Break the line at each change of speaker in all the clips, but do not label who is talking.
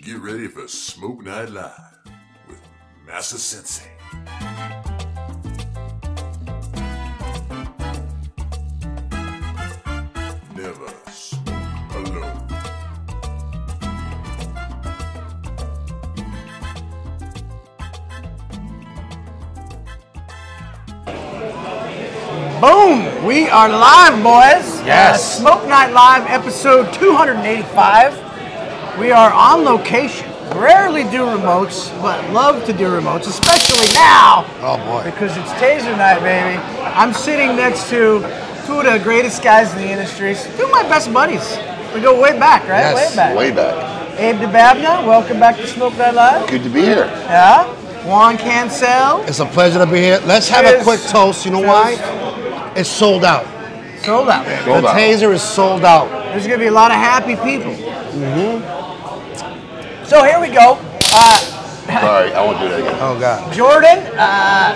Get ready for Smoke Night Live with Massa Sensei. Never smoke alone.
Boom! We are live, boys. Uh,
Yes.
Smoke Night Live, episode 285. We are on location. Rarely do remotes, but love to do remotes, especially now
Oh boy.
because it's Taser Night, baby. I'm sitting next to two of the greatest guys in the industry, two of my best buddies. We go way back, right?
Yes,
way back.
Way back.
Abe DeBabna, welcome back to Smoke Night Live.
Good to be here.
Yeah. Juan Cancel,
It's a pleasure to be here. Let's have
Cheers.
a quick toast. You know why? It's sold out.
sold out, baby.
Sold
the
out.
taser is sold out.
There's gonna be a lot of happy people. Mm-hmm. So here we go. Uh,
Sorry, I won't do that again.
Oh god.
Jordan, uh,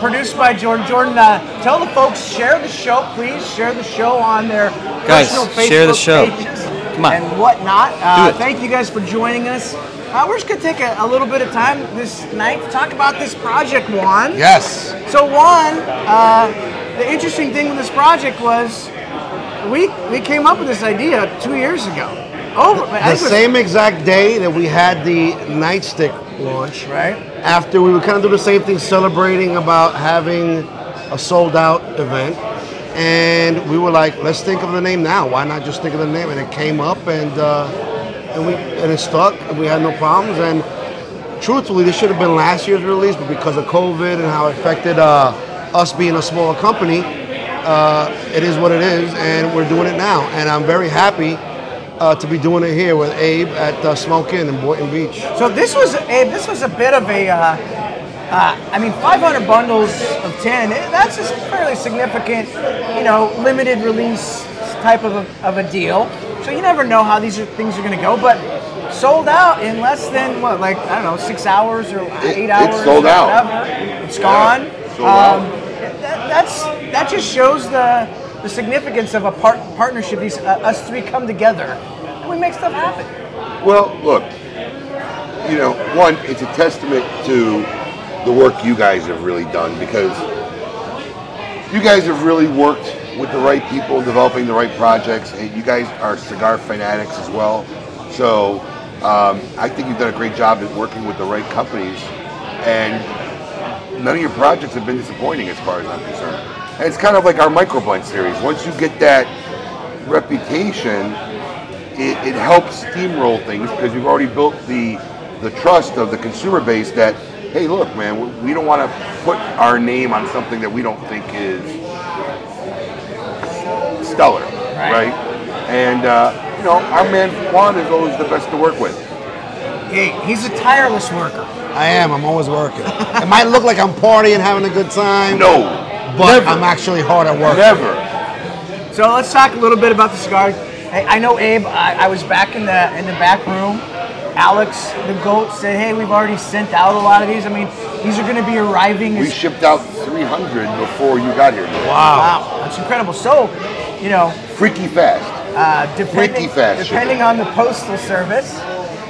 produced by Jordan. Jordan, uh, tell the folks, share the show, please. Share the show on their
Guys,
personal Facebook
share the show.
pages
Come on.
and whatnot. Uh,
Do it.
thank you guys for joining us. Uh, we're just gonna take a, a little bit of time this night to talk about this project, Juan.
Yes.
So Juan, uh, the interesting thing with this project was we we came up with this idea two years ago. Over I
The
think it was-
same exact day that we had the nightstick launch.
right?
After we would kind of do the same thing, celebrating about having a sold out event. And we were like, let's think of the name now. Why not just think of the name? And it came up and uh, and we and it stuck and we had no problems and truthfully, this should have been last year's release, but because of COVID and how it affected uh, us being a smaller company, uh, it is what it is, and we're doing it now. And I'm very happy uh, to be doing it here with Abe at uh, Smoke Inn in Boynton Beach.
So this was a eh, this was a bit of a. Uh, uh, I mean, 500 bundles of 10. eh, That's a fairly significant, you know, limited release type of a, of a deal. So you never know how these are, things are going to go, but sold out in less than what, like I don't know, six hours or eight
it's
hours.
sold
or
out.
Whatever. It's
Yeah,
gone.
sold out.
that, that's that just shows the the significance of a part, partnership. These uh, us three come together and we make stuff happen.
Well, look, you know, one, it's a testament to the work you guys have really done because you guys have really worked with the right people, developing the right projects, and you guys are cigar fanatics as well. So um, I think you've done a great job at working with the right companies, and none of your projects have been disappointing as far as I'm concerned. And it's kind of like our microblend series. Once you get that reputation, it, it helps steamroll things because you've already built the the trust of the consumer base that hey look man we- we don't want to put our name on something that we don't think is stellar right, and uh, you know our man Juan is always the best to work with
Hey, he's a tireless worker.
I am. I'm always working. it might look like I'm partying, having a good time.
no
but I'm actually hard at work.
never
So let's talk a little bit about the cigar. Hey, I know Abe. I, I was back in the in the back room. Alex, the goat, said, "Hey, we've already sent out a lot of these. I mean, these are going to be arriving."
we
As,
shipped out 300 before you got here
wow, that's incredible. So, you know,
freaky fast
uh, depending
Freaky fast
depending
shipping.
on the postal service,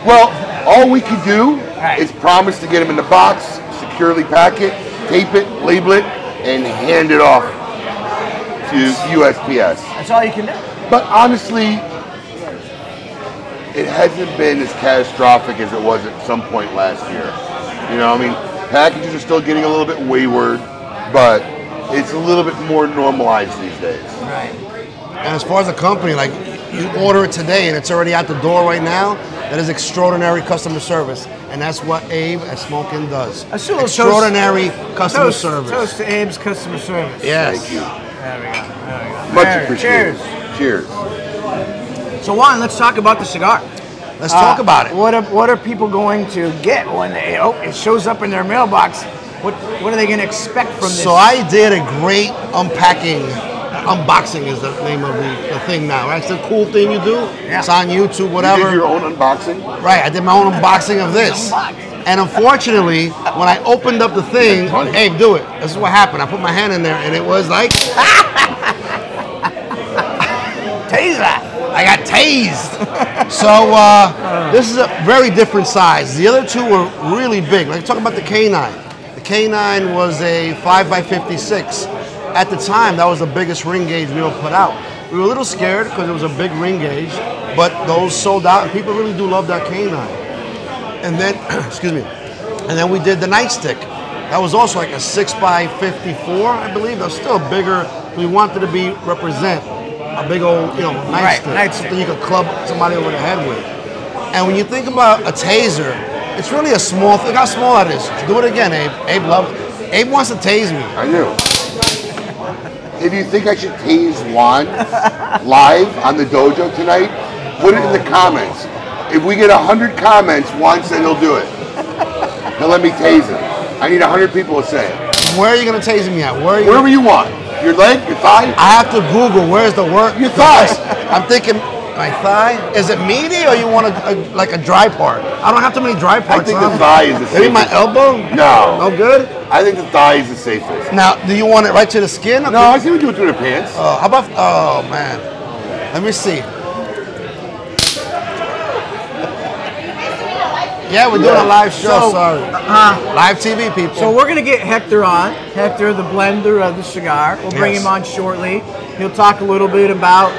Well, all we can do
Right.
is promise to get them in the box, securely pack it, tape it, label it, and hand it off to USPS.
that's all you can do.
But honestly, it hasn't been as catastrophic as it was at some point last year. You know, I mean, packages are still getting a little bit wayward, but it's a little bit more normalized these days.
Right.
And as far as the company, like you order it today and it's already out the door right now. That is extraordinary customer service, and that's what Abe at Smoking does.
Let's do a little toast-
extraordinary customer
toast,
service.
Toast to Abe's customer service.
Yes.
Thank you.
There we go. There we go.
Much
There,
appreciated.
Cheers.
Cheers.
So Juan, let's talk about the cigar.
Let's talk
Uh,
about it.
What are, what are people going to get when they oh it shows up in their mailbox? What what are they going to expect from this?
So I did a great unpacking. Unboxing is the name of the, the thing now. That's the cool thing you do.
Yeah.
It's on YouTube,
You
whatever.
did your own unboxing?
Right, I did my own unboxing of this.
Unboxed.
And unfortunately, when I opened up the thing,
Funny.
hey, do it. This is what happened. I put my hand in there and it was like,
taser. I got tased.
So uh, this is a very different size. The other two were really big. Like talk about the K9. The K9 was a 5 by 56 At the time, that was the biggest ring gauge we ever put out. We were a little scared because it was a big ring gauge, but those sold out, and people really do love that K9 and then excuse me, and then we did the nightstick. That was also like a six by fifty-four, I believe. That was still bigger. We wanted to be represent a big old, you know,
Right,
nightstick,
nightstick.
something you could club somebody over the head with. And when you think about a taser, it's really a small thing. Look how small it is. Do it again, Abe. Abe love. Abe wants to tase me.
I knew. If you think I should tease Juan live on the dojo tonight, put it in the comments. If we get 100 comments, Juan said he'll do it. He'll let me tase him. I need 100 people to say it.
Where are you gonna tase me at? Where are you?
Wherever you want. Your leg, your thigh.
I have to Google where's the work.
Your thighs.
I'm thinking my thigh. Is it meaty or you want a, a like a dry part? I don't have too many dry parts.
think the
huh?
thigh is the
Maybe my
safest.
elbow.
No.
No good.
I think the thigh is the safest.
Now, do you want it right to the skin?
No, I see what you do through the pants.
Uh, how about? Oh man. Let me see. Yeah, we're doing a live show.
So-
sorry.
Uh-huh.
Live TV people.
So we're gonna get Hector on. Hector, the blender of the cigar. We'll bring
Yes.
him on shortly. He'll talk a little bit about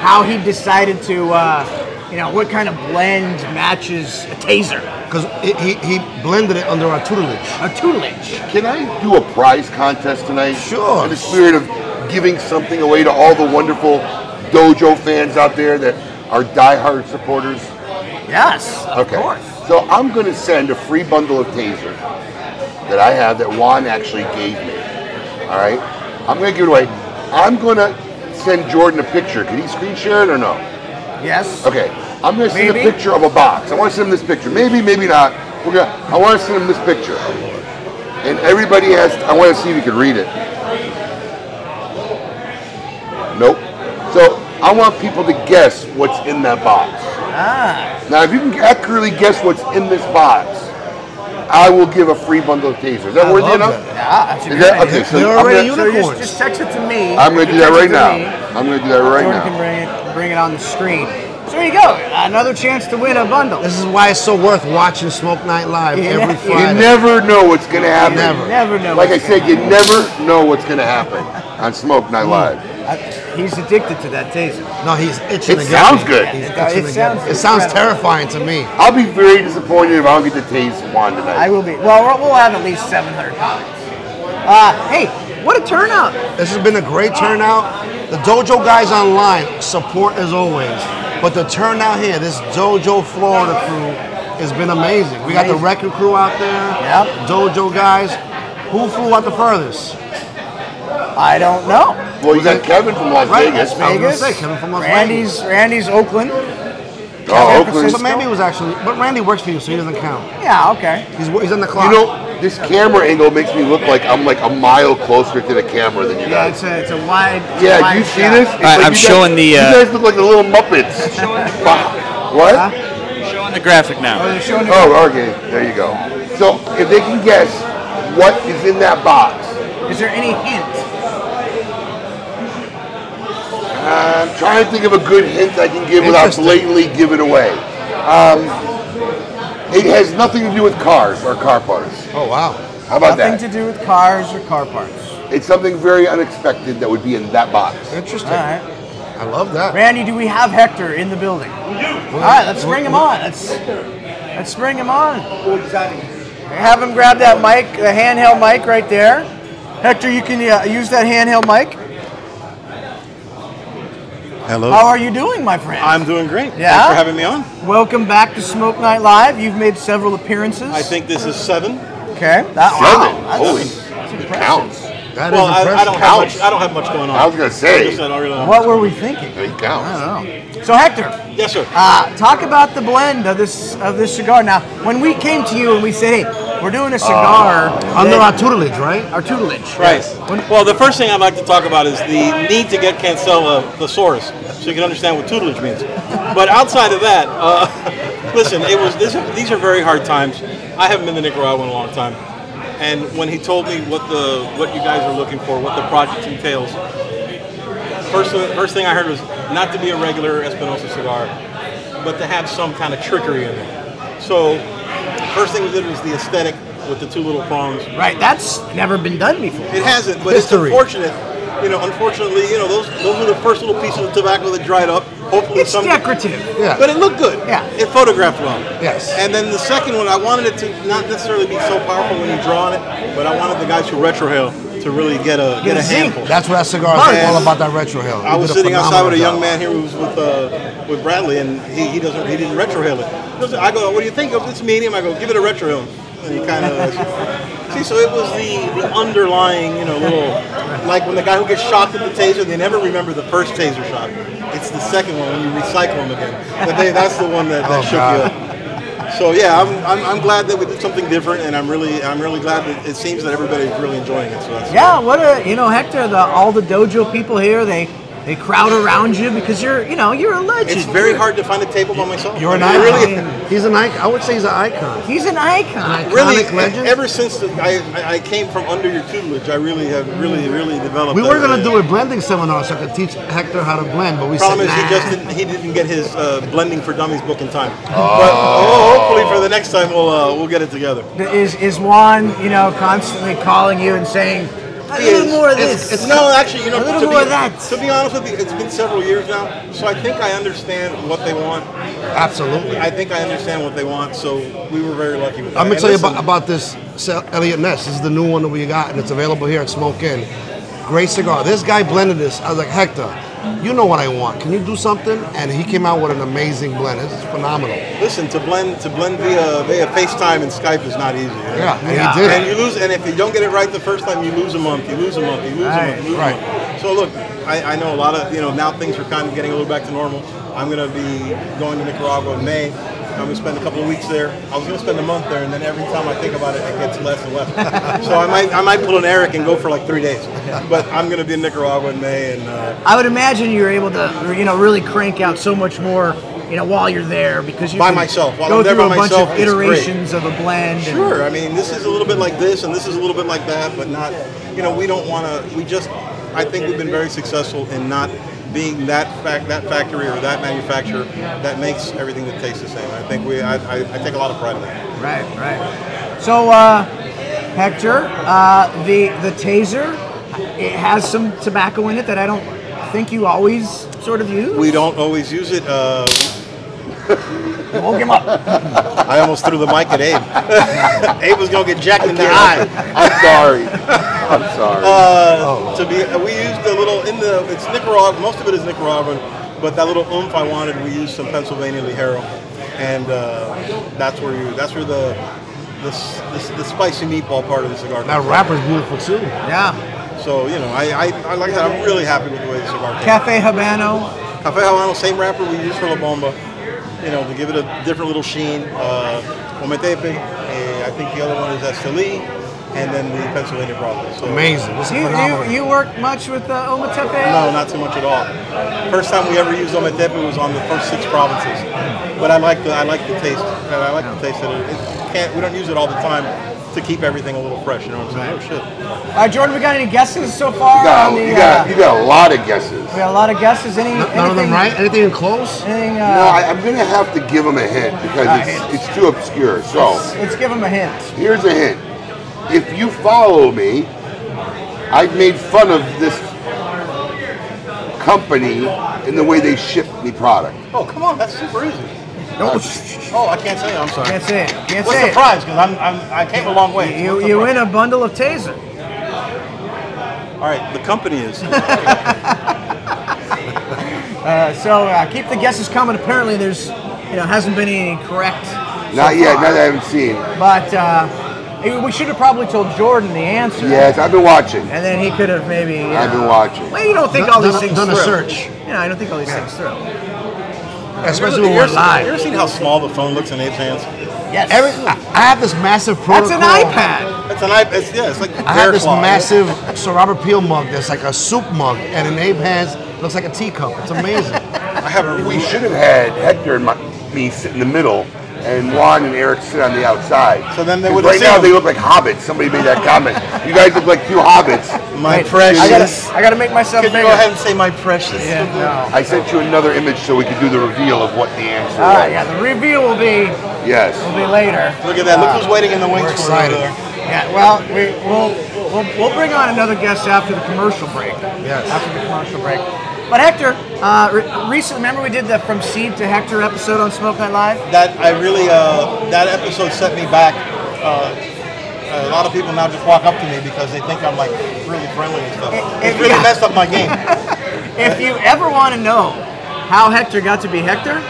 how he decided to, uh, you know, what kind of blend matches a taser,
because he, he he blended it under our tutelage.
a tutelage.
Can I do a prize contest tonight?
Sure.
In the spirit of giving something away to all the wonderful dojo fans out there that are diehard supporters.
Yes, of course.
So I'm going to send a free bundle of taser that I have that Juan actually gave me. All right. I'm going to give it away. I'm going to send Jordan a picture. Can he screen share it or no?
Yes.
Okay, I'm gonna send
Maybe.
a picture of a box. I want to send him this picture. Maybe, maybe not. We're gonna. I want to send him this picture, and everybody has. I want to see if you can read it. Nope. So I want people to guess what's in that box.
Ah,
Now, if you can accurately guess what's in this box, I will give a free bundle of tasers. Is that
I
worthy
love
enough?
that.
yeah, that's a
Is
good
that-
idea.
okay, so
They're
I'm
already
gonna-
So just,
Unicorns.
just text it to me.
I'm gonna
You
do that
text it
right
to
now.
me.
I'm gonna do that right
Jordan
now.
can bring it, bring it on the screen. So there you go. Another chance to win a bundle.
This is why it's so worth watching Smoke Night Live
Yeah.
every
You
You
Friday.
never know what's going to happen.
Never.
Never know
Like I
what's
said,
gonna
you never know what's going to happen on Smoke Night Live.
I- he's addicted to that taser.
no, he's itching
It
to get
sounds
me.
good.
He's
It-
itching
it
to get
sounds
me. It sounds
incredible.
terrifying to me.
I'll be very disappointed if I don't get to taste one
I
tonight.
will be. Well, we'll- we'll have at least 700 comments. Uh, hey, what a turnout!
This has been a great turnout. The dojo guys online support as always, but the turnout here, this dojo Florida crew, has been amazing. We got the
Amazing.
record crew out there.
Yep.
Dojo guys. Who flew out the furthest?
I don't know.
Well, you got Kevin from Las
Right,
Vegas.
that's- I was gonna say, Kevin from Las
Randy's, Randy's Oakland.
Oh, Oakland.
But maybe it was actually. But Randy works for you, so he doesn't count.
Yeah, okay.
He's he's on the clock.
You know, this camera angle makes me look like I'm like a mile closer to the camera than you
Yeah,
guys.
it's a, it's a wide.
Yeah,
wide
do you see
shot.
this? It's
right, I'm
you
showing the,
Guys,
uh,
you guys look like the little Muppets. Bah- what?
On the graphic
Oh,
now.
they're showing it.
Oh, okay. There you go. So if they can guess what is in that box,
Is there any hint?
I'm trying to think of a good hint I can give without
Interesting.
blatantly giving away. Um, it has nothing to do with cars or car parts.
oh wow.
How about
Nothing
that?
to do with cars or car parts.
it's something very unexpected that would be in that box.
Interesting.
All right,
I love that.
Randy, do we have Hector in the building? All right, let's bring him on. Let's let's bring him on. Have him grab that mic, the handheld mic right there. Hector, you can uh, use that handheld mic.
Hello.
How are you doing, my friend?
I'm doing great.
Yeah?
Thanks for having me on.
Welcome back to Smoke Night Live. You've made several appearances.
I think this is seven.
Okay. That,
Seven.
Wow,
Holy,
that's-
it counts.
That is
well, I, I
impressive.
don't have
Ouch.
much. I don't have much going on.
I was gonna say.
I just- I don't really know.
what were we thinking?
It counts.
I don't know. So Hector,
Yes, sir.
uh, talk about the blend of this of this cigar. Now, when we came to you and we said, "Hey, we're doing a cigar
Uh,
Under
that-
our tutelage, right?
our tutelage,"
Right. Well, the first thing I'd like to talk about is the need to get Cancela thesaurus so you can understand what tutelage means. But outside of that, uh, listen, it was this, these are very hard times. I haven't been to Nicaragua in a long time, and when he told me what the what you guys are looking for, what the project entails, first first thing I heard was not to be a regular Espinosa cigar, but to have some kind of trickery in it. So, first thing we did was the aesthetic with the two little prongs.
Right, that's never been done before.
It hasn't, but
History.
it's unfortunate. You know, unfortunately, you know those those were the first little pieces of tobacco that dried up. Hopefully,
It's
some
decorative.
Yeah.
But it looked good.
Yeah.
It photographed well.
Yes.
And then the second one, I wanted it to not necessarily be so powerful when you draw on it, but I wanted the guys who retrohale to really get a get a
zinc.
handful.
That's what that cigar is
Man.
all about. That retro hill.
I was sitting outside with a young man here who was with uh, with Bradley, and he, he doesn't he didn't retrohale it. He goes, I go, what do you think of this medium? I go, give it a retrohale, and he kind of see. So it was the, the underlying, you know, little like when the guy who gets shocked at the taser, they never remember the first taser shot. It's the second one when you recycle them again. But they, that's the one that, that
Oh,
shook
God.
you up. So yeah, I'm, I'm, I'm glad that we did something different, and I'm really I'm really glad that it seems that everybody's really enjoying it. So that's
Yeah, what a you know, Hector, the all the dojo people here, they they crowd around you because you're you know, you're a legend.
It's very
You're-
hard to find a table by myself.
You're an
I
icon.
really-
He's an icon. I would say he's an icon.
He's an icon.
An
really e-,
iconic legend.
ever since the, I, I- I came from under your tutelage i really have really really developed
we were
that,
gonna
uh,
do a blending seminar so I could teach Hector how to blend, but we
problem
said
is he
nah.
just didn't, he didn't get his uh, blending for dummies book in time but oh, hopefully for the next time we'll uh, we'll get it together
Is is Juan, you know, constantly calling you and saying a little more of this.
no actually you know
a little
to
more of
be,
that.
to be honest with you it's been several years now so i think i understand what they want
Absolutely.
i think i understand what they want so we were very lucky with that
I'm gonna
And
tell you
listen,
about, about this Sel- Elliot Ness. This is the new one that we got, and it's available here at Smoke Inn. Great cigar. This guy blended this. I was like, Hector, you know what I want. Can you do something? And he came out with an amazing blend. It's phenomenal.
listen to blend to blend via via facetime and skype is not easy you know?
Yeah, and
Yeah.
he did.
And
it.
you lose, and if you don't get it right the first time, you lose a month. You lose a month. You lose a
Right.
month. You lose
Right.
A month. So look, I, I know a lot of you know now things are kind of getting a little back to normal. I'm gonna be going to Nicaragua in May. I'm gonna spend a couple of weeks there. I was gonna spend a month there, and then every time I think about it, it gets less and less. so I might I might pull an Eric and go for like three days. But I'm gonna be in Nicaragua in May, and uh,
I would imagine you're able to, you know, really crank out so much more, you know, while you're there because you
By
can
myself. While
go
I'm there
through
by
a bunch
myself,
of
it's great.
iterations of a blend. and-
sure. I mean, this is a little bit like this, and this is a little bit like that, but not. You know, we don't want to. We just. I think we've been very successful in not being that fac- that factory or that manufacturer that makes everything that tastes the same. I think we. I, I, I take a lot of pride in that.
Right, right. So, uh, Hector, uh, the the taser, it has some tobacco in it that I don't think you always sort of use.
We don't always use it. Uh,
woke him up.
I almost threw the mic at Abe. Abe was gonna get jacked in the eye.
I'm sorry. I'm sorry.
Uh,
to be uh, we used a little in the it's Nicaragua most of it is Nicaraguan but that little oomph I wanted we used some Pennsylvania Ligero and uh, that's where you that's where the the, s- the, s- the spicy meatball part of the cigar
That
comes
wrapper's beautiful too.
Yeah.
from. so you know I, I, I like that I'm really happy with the way the cigar came.
Cafe Habano.
Cafe Havano same wrapper we used for La Bomba you know to give it a different little sheen uh, Ometepe eh, I think the other one is Esteli and then the Pennsylvania Broadway so
Amazing. This is
Do you,
phenomenal.
do you, you work much with uh, Ometepe?
No, not too much at all. First time we ever used Ometepe was on the first six provinces. But I like the I like the taste. And I like the taste that it, it can't. We don't use it all the time to keep everything a little fresh. You know what I'm saying? Oh
All right, Jordan, we got any guesses so far?
you, got,
on the,
you, got,
uh,
you got a lot of guesses.
we got a lot of guesses. Any,
N- None of
anything-
them right? Anything in close?
Anything, uh,
No, I, I'm going to have to give them a hint because
Alright.
it's, it's too obscure. So
let's give him a hint.
here's a hint. If you follow me, I've made fun of this company in the way they ship me product.
shit! Oh come on, that's super easy. Oh, I can't say. it, I'm sorry.
That's it. Can't
What's
say
the prize? Because I'm, I'm I came a long way.
it. You,
What's the
you
prize?
win a bundle of taser.
All right, the company is.
Uh, so uh, keep the guesses coming. Apparently, there's you know hasn't been any correct. so
Not yet,
far.
not that I haven't seen.
But uh, eh, we should have probably told Jordan the answer.
Yes, I've been watching.
And then he could have maybe. you
I've been
know-
watching.
Well, you don't think
Done-
all these
done a-
things
done a
through.
search.
You know, I don't think all these things through.
Especially when we're
You
live.
ever seen how small the phone looks in Abe's hands?
Yes.
Every, I I have this massive
That's
protocol.
an iPad.
It's an iPad. It's, yeah, it's like
I have
bear
this
claw.
massive Sir Robert Peel mug that's like a soup mug, and an Abe has looks like a teacup. It's amazing.
I have a
We should have had Hector and my, me sit in the middle and Juan and Eric sit on the outside.
So then they
'Cause
would've
Right
seen
now
them.
they look like hobbits. Somebody made that comment. you guys look like two hobbits.
My
Wait,
precious.
I gotta, I gotta make myself
Could you
bigger.
go ahead and say my precious?
Yeah, no.
I sent you another image so we could do the reveal of what the answer
All right,
was.
yeah, the review will be will
Yes.
be later.
Look at that. Look
Uh,
who's waiting in the wings for us over
excited.
there.
Yeah, well, we, we'll, we'll, we'll bring on another guest after the commercial break.
Yes.
After the commercial break. But Hector, uh, re- recently, remember we did the From Seed to Hector episode on Smoke Night Live?
that I really uh, that episode set me back. Uh, a lot of people now just walk up to me because they think I'm like really friendly and stuff.
Eh, eh,
It really
yeah.
messed up my game.
If you ever want to know how Hector got to be Hector,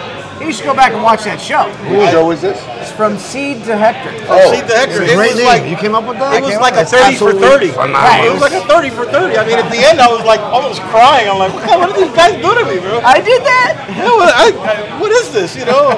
you should go back and watch that show.
Whose show is this?
It's From Seed to Hector.
Oh,
See the Hector,
It's a
it
great
was
name.
like
you came up with that?
it was like a
That's
thirty for
absolutely
thirty.
phenomenal.
It was like a thirty for thirty. I mean, at the end, I was like almost crying. I'm like, what, the hell- what are these guys doing to me, bro?
I did that?
Yeah, well, I, I, what is this? You know,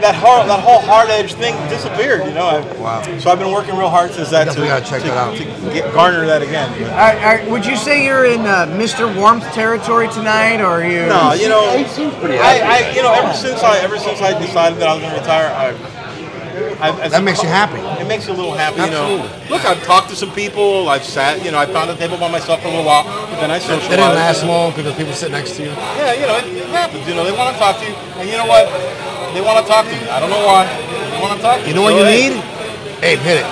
that hard, that whole hard edge thing disappeared. You know, I,
Wow.
So I've been working real hard since that
Definitely
to,
gotta check
to,
that out.
to get, garner that again. But-
All right, all right, would you say you're in uh, Mr. Warmth territory tonight, or are you?
No, uh, you know,
He seems pretty
I, I, you know, ever since I, ever since I decided that I was going to retire, I, I, I
That makes you happy.
It makes you a little happy, you know.
Absolutely.
Look, I've talked to some people. I've sat, you know, I found a table by myself for a little while, but then I
It
socialized.
didn't last long because people sit next to you.
Yeah, you know, it, it happens. You know, they want to talk to you, and you know what? They want to talk to you. I don't know why. They want to talk. to
You know what
So,
you
hey,
need? Hey, hit it.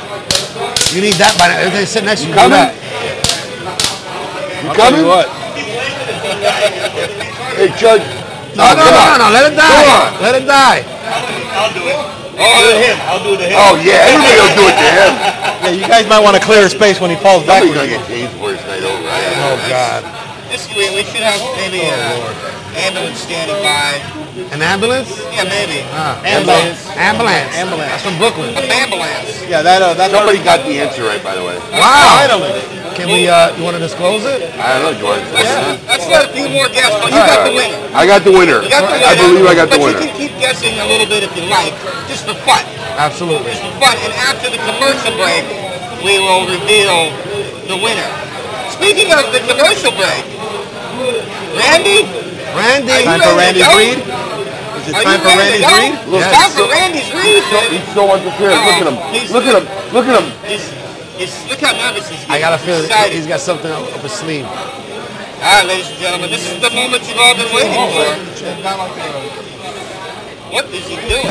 You need that by now. If they sit next to you, do
coming?
that.
You
I'll tell
coming?
you what?
Hey, Judge.
No, no, no, no, let it
Come
die. Let it die.
Oh, yeah, everybody will do it to him.
Yeah, you guys might want to clear his space when he falls back.
Somebody's going to get James for his night over. I don't know.
Oh, God.
This, we, we should have maybe uh, ambulance standing by.
An ambulance?
Yeah, maybe.
Ah,
ambulance.
Ambulance.
Ambulance.
That's from Brooklyn.
Ambulance.
uh, Yeah, that uh, that
Somebody got the answer right, by the way.
Wow.
Finally.
Can we, uh, you want to disclose it?
I don't know, George.
Let's, let's let a few more guess. But you got the winner.
I got the winner.
You got the winner.
I believe I got
but
the winner.
But you can keep guessing a little bit if you like, just for fun.
Absolutely.
Just for fun. And after the commercial break, we will reveal the winner. Speaking of the commercial break, Randy,
Randy.
Are
Time
you
for
ready
Randy's
to go?
read. Is it
are
time
you
for
ready to
Randy's
go?
read?
It's
Yes.
time for Randy's read.
He's so unprepared. Look at him. Look at him. Look at him.
He's, he's, look how nervous he's getting.
I got a feeling
Excited.
he's got something up, up his sleeve.
All right, ladies and gentlemen, this is the moment you've all been waiting for. What is he doing?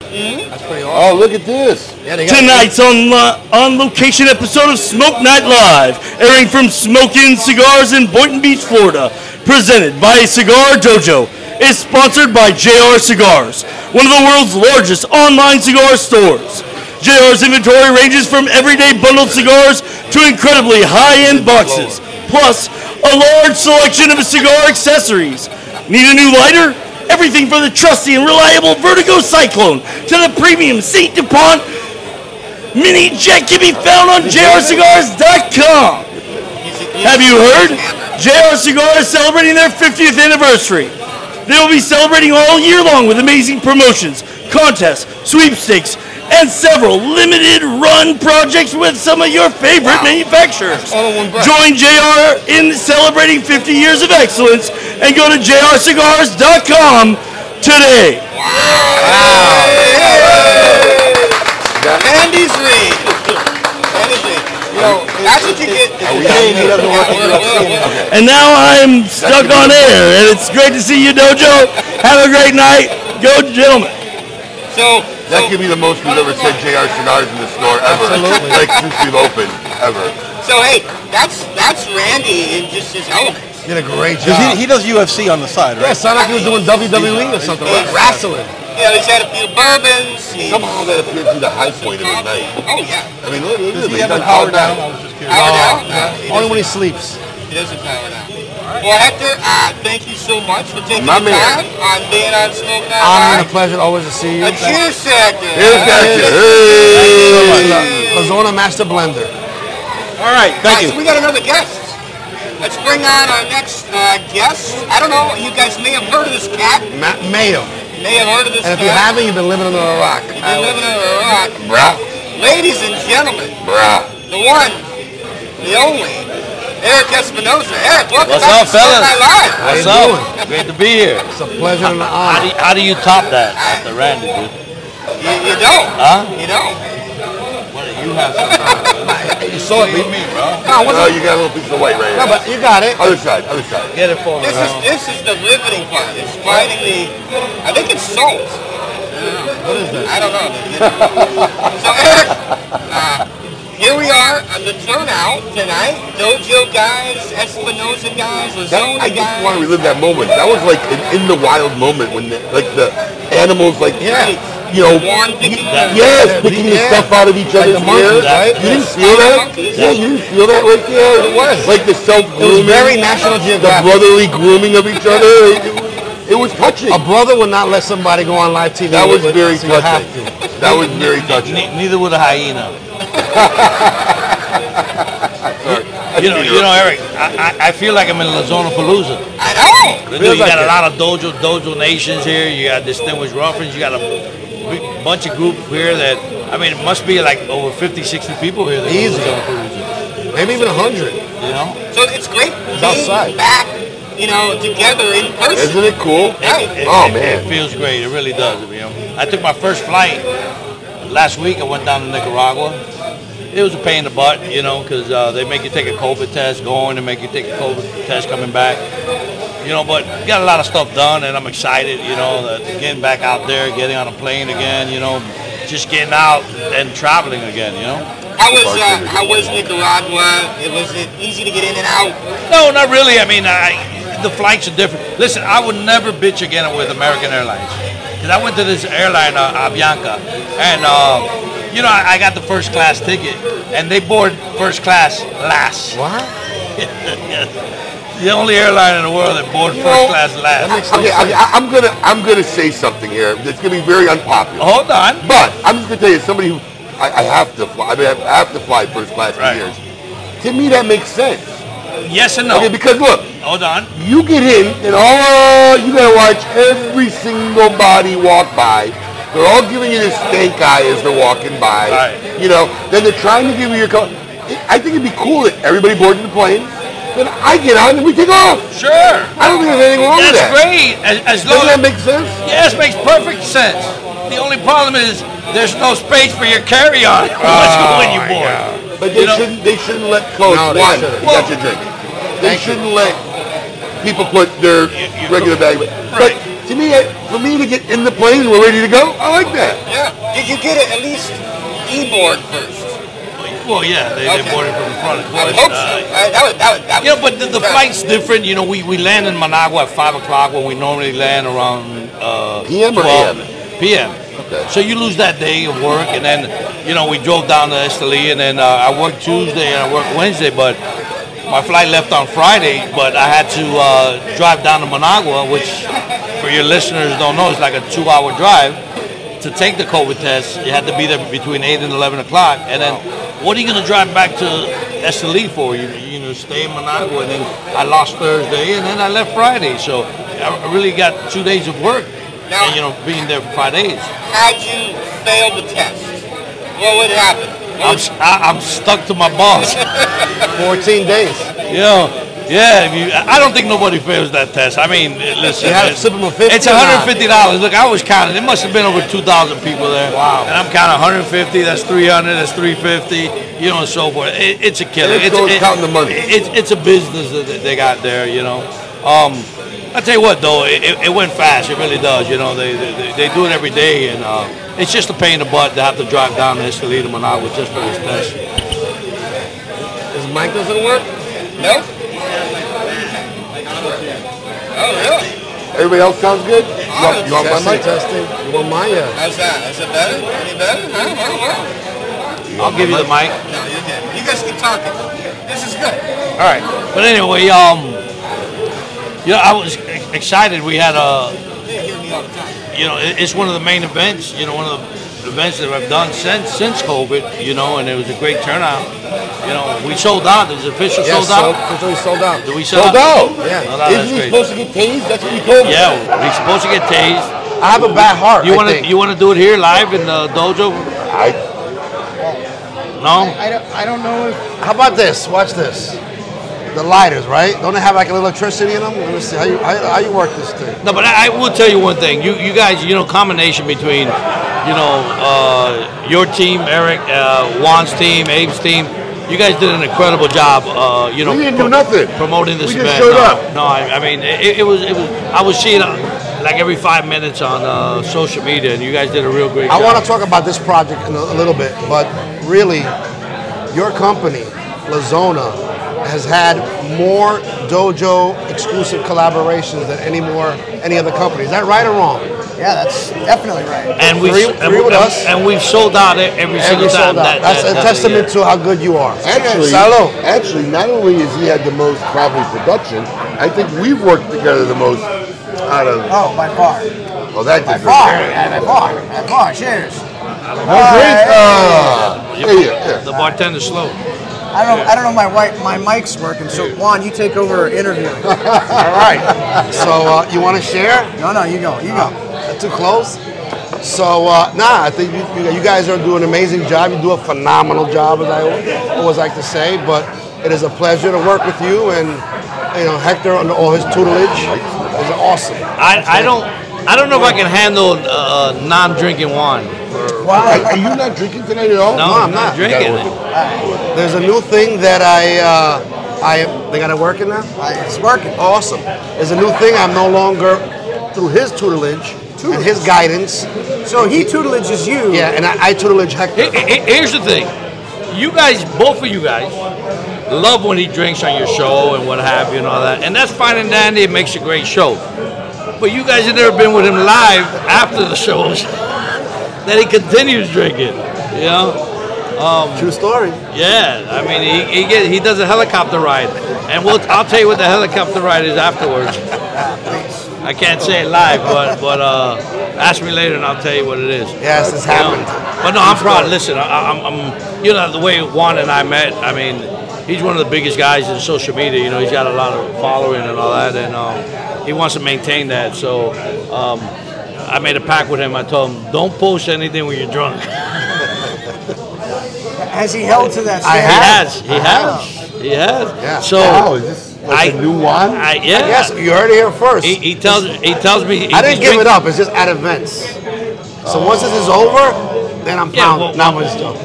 That's pretty awesome.
Oh, look at this.
Yeah, they got
Tonight's on lo- on location episode of Smoke Night Live, airing from Smokin' Cigars in Boynton Beach, Florida. Presented by Cigar Dojo, is sponsored by JR Cigars, one of the world's largest online cigar stores. JR's inventory ranges from everyday bundled cigars to incredibly high-end boxes, plus a large selection of cigar accessories. Need a new lighter? Everything from the trusty and reliable Vertigo Cyclone to the premium Saint DuPont Mini Jet can be found on JRCigars.com. Have you heard? JR Cigar is celebrating their 50th anniversary. They will be celebrating all year long with amazing promotions, contests, sweepstakes, and several limited run projects with some of your favorite manufacturers. Join JR in celebrating 50 years of excellence and go to JRCigars.com today.
Andy's read. Andy's read. You know, that's what you get.
He doesn't want to
And now I'm stuck on air, and it's great to see you, Dojo. Have a great night. Go, gentlemen.
So,
That could be the most we've ever said JR Cigars in the store ever.
Absolutely.
Like since we've opened, ever.
so hey, that's that's Randy in just his elements.
did a great
Because
job.
he, he does UFC on the side,
Yeah,
right?
it sounded like he was doing WWE or something. Like wrestling.
You know, he's had a few bourbons. He's,
Somehow that appeared to be the high point of his night.
oh yeah.
I mean, look, look at him.
Does he
He's
have a
done
power
all
down? I
night.
was just curious.
Power down. No, he
Only
doesn't-
when he sleeps.
he doesn't power down. Well, Hector, uh, thank you so much for taking
My man.
the time on being on Smoke Night
Honor
Live.
and a pleasure always to see you.
A cheers to Hector.
Here's that shit. Hey!
Lazona Master Blender.
All right, thank
Guys,
you.
we got another guest. Let's bring on our next uh, guest. I don't know, you guys may have heard of this cat.
Ma- Mayo.
May have heard of this
And if you
cat.
haven't, you've been living under a rock. uh,
You've been living under a rock.
Rock.
Ladies and gentlemen, the one, the only, Eric Espinosa. Eric, welcome
What's
back
up,
to
fellas?
Saturday Night Live.
What's up? Great to be here.
It's a pleasure and an
How
honor.
do, how do you top that after Randy, dude?
You, you don't.
Huh?
You don't.
You have You saw it beat me, bro.
No, what's
No, you got a little piece of white right
No,
here.
but you got it.
Other side, other side.
Get it for me,
This is
bro.
this is the riveting part. It's finding the. I think it's salt. What is that? I don't know. so Eric, uh, here we are on the turnout tonight. Dojo guys, Espinosa guys,
That, I
Lazona
just
guys.
want to relive that moment. That was like an in the wild moment when, the, like, the animals, like,
Yeah.
you know,
One picking
That-
yeah.
yes, picking the stuff out of each
Like
other's
the monkeys,
ears.
right?
You didn't feel that? Yeah, you didn't feel that right there. It was like the self grooming.
very National
The
Geographic.
brotherly grooming of each other. It, it was- it was touching.
A brother would not let somebody go on live TV.
That was
with-
very
so you have
touching.
to.
That was very touching.
Ne- neither would a hyena. you know, you know, Eric. I, I, I feel like I'm in La Zona Palooza.
I know.
You, know, you got a lot of dojo dojo nations here. You got distinguished ruffins. You got a big bunch of group here that I mean, it must be like over 50, 60 people here. That go to
Easy.
La Zona Palooza,
Maybe even a hundred.
You know,
So it's great being
outside.
back. You know, together in person.
Isn't it cool?
Right.
It-
Oh
it-
man.
it feels great. It really does. You know, I took my first flight last week. I went down to Nicaragua. It was a pain in the butt, you know, because uh, they make you take a COVID test going, they make you take a COVID test coming back, you know. But got a lot of stuff done, and I'm excited, you know, that getting back out there, getting on a plane again, you know, just getting out and traveling again, you know.
How was uh, how was Nicaragua? It was it easy to get in and out.
No, not really. I mean, I, the flights are different. Listen, I would never bitch again with American Airlines because I went to this airline, uh, Avianca, and uh, you know I, I got the first class ticket, and they board first class last.
What?
The only airline in the world that board first
know,
class last.
Okay, I, I- I'm gonna I'm gonna say something here that's gonna be very unpopular.
Hold on.
But I'm just gonna tell you, as somebody who I, I have to fly. I mean, I have to fly first class for
Right.
years. To me, that makes sense.
Yes and no.
Okay, because look,
Hold on.
you get in, and all you gotta watch every single body walk by. They're all giving you the stank eye as they're walking by.
Right.
You know, then they're trying to give you your. Co- I think it'd be cool that everybody boarded the plane. Then I get on and we take off.
Sure.
I don't think there's anything wrong with
That's
that.
great. As, as long
Doesn't that make sense?
Yes, makes perfect sense. The only problem is there's no space for your carry-on
Oh,
when you board.
But they
You know-
shouldn't. They shouldn't let coach
No, they
one.
shouldn't.
You got your drink. They shouldn't let people put their
you-
regular bag. But to me, I- for me to get in the plane, and we're ready to go. I like that.
Yeah. Did you get it at least e-board first?
Well, yeah, they, they
Okay.
boarded from the front. Of
I
course.
would hope so.
Uh,
Uh, that would, that would, that
yeah,
would-
but the, the
that-
flight's different. You know, we, we land in Managua at 5 o'clock when we normally land around uh,
PM or
12
AM?
PM.
Okay.
So you lose that day of work, and then, you know, we drove down to Esteli, and then uh, I worked Tuesday and I worked Wednesday, but my flight left on Friday, but I had to uh, drive down to Managua, which for your listeners don't know, it's like a two hour drive to take the COVID test, you had to be there between eight and eleven o'clock. And then, what are you going to drive back to SLE for? You you know, stay in Managua. And then I lost Thursday, and then I left Friday. So I I really got two days of work.
Now-
and, you know, being there for five days,
Had you failed the test, what would happen?
I'm s- I, am i am stuck to my boss.
Fourteen days.
you know. Yeah, if you, I I don't think nobody fails that test. I mean, listen,
You had to
it's-
slip 'em a 50
it's
or not?
$150. Look, I was counting. There must have been over 2,000 people there.
Wow.
And I'm counting 150, that's 300, that's 350, you know, and so forth. It, it's a killer.
And it
it's
goes counting the money.
it- it's, it's a business that they- they got there, you know. Um, I tell you what, though, it, it it went fast. It really does. You know, they they, they- they do it every day, and uh, it's just a pain in the butt to have to drive down to Escalito Managua just for this test.
His mic doesn't work.
No? Oh, really?
Everybody else sounds good. You want, you want my
Testing,
mic?
testing. You want mine? Yeah.
How's that? Is it better? Any better? No, no, no.
I'll give you the mic.
No, you're good. You guys keep talking. This is good.
All right. But anyway, um, you know, I was ex- excited. We had a,
They hear me all the time.
you know, it- it's one of the main events. You know, one of the events that I've done since since COVID. You know, and it was a great turnout. You know, we sold out. It was official
Yes,
sold out.
so- so he's sold out.
Did we sell
Sold out.
Yeah.
Sold out, that's
Isn't he
great.
supposed to get tased? That's what you told me.
Yeah, we're supposed to get tased.
I have a bad heart.
You
I
want to
think.
uh, you want to do it here live in the dojo?
I,
No?
I don't, I don't know if.
How about this? Watch this. The lighters, right? Don't they have like a little electricity in them? Let me see how you how, you- how you work this thing.
No, but I, I will tell you one thing. You you guys, you know, combination between, you know, uh, your team, Eric, uh, Juan's team, Abe's team. You guys did an incredible job. Uh, you know,
We didn't do nothing.
promoting this
We just
event.
showed
no,
up.
no, I, I mean, it, it was it was. I was seeing uh, like every five minutes on uh, social media, and you guys did a real great.
I
job.
want to talk about this project in a, a little bit, but really, your company, Lazona, has had more dojo exclusive collaborations than any more any other company. Is that right or wrong?
Yeah, that's definitely right.
and we
Three-
and,
three
we-
with us.
and we've sold out e-, every single
Every
time.
sold out.
that-
That's
that-
a
that-
testament
yeah.
to how good you are.
Actually,
Salud.
actually, not only has he had the most probably production, I think we've worked together the most out of.
Oh, by far.
Well, that
By
did
far. Yeah, by far. By far. Cheers.
yeah, Ah. yeah.
The bartender's slow.
I don't know. I don't know. My wife, my mic's working. So Juan, you take over interviewing.
All right. So uh, you want to share?
No, no, you go. You
Uh-huh.
go.
Not too close. So uh, nah, I think you, you, you guys are doing an amazing job. You do a phenomenal job, as I always like to say. But it is a pleasure to work with you, and you know Hector under all his tutelage is awesome.
I, I don't I don't know if I can handle uh, non-drinking wine.
Are, are you not drinking tonight at all?
No,
I'm
I'm not
not.
drinking
You gotta
it.
There's a new thing that I uh, I they got it working now. Oh,
I- It's working.
Awesome. There's a new thing. I'm no longer through his tutelage, and his guidance.
So he tutelages you.
Yeah, and I, I tutelage Hector.
Here- here- Here's the thing, you guys, both of you guys, love when he drinks on your show and what have you and all that, and that's fine and dandy. It makes a great show, but you guys have never been with him live after the shows that he continues drinking. You know.
True story.
Yeah, I mean, he he, get, he does a helicopter ride, and we'll I'll tell you what the helicopter ride is afterwards. I can't say it live, but but uh, ask me later, and I'll tell you what it is.
Yes, it's
You know?
happened.
But no, I'm proud. Listen, I, I'm, I'm you know the way Juan and I met. I mean, he's one of the biggest guys in social media. You know, he's got a lot of following and all that, and um, he wants to maintain that. So. Um, I made a pact with him. I told him, "Don't post anything when you're drunk."
Has he held to that?
He
standard?
has. He has. He has.
Yeah.
So
Wow, is this like
I-
a new one?
I, yeah.
Yes, you heard it here first.
He, he tells he tells me.
I didn't give it up. It's just at events. So once this is over, then I'm
Yeah,
pounding.
well-
now it's done.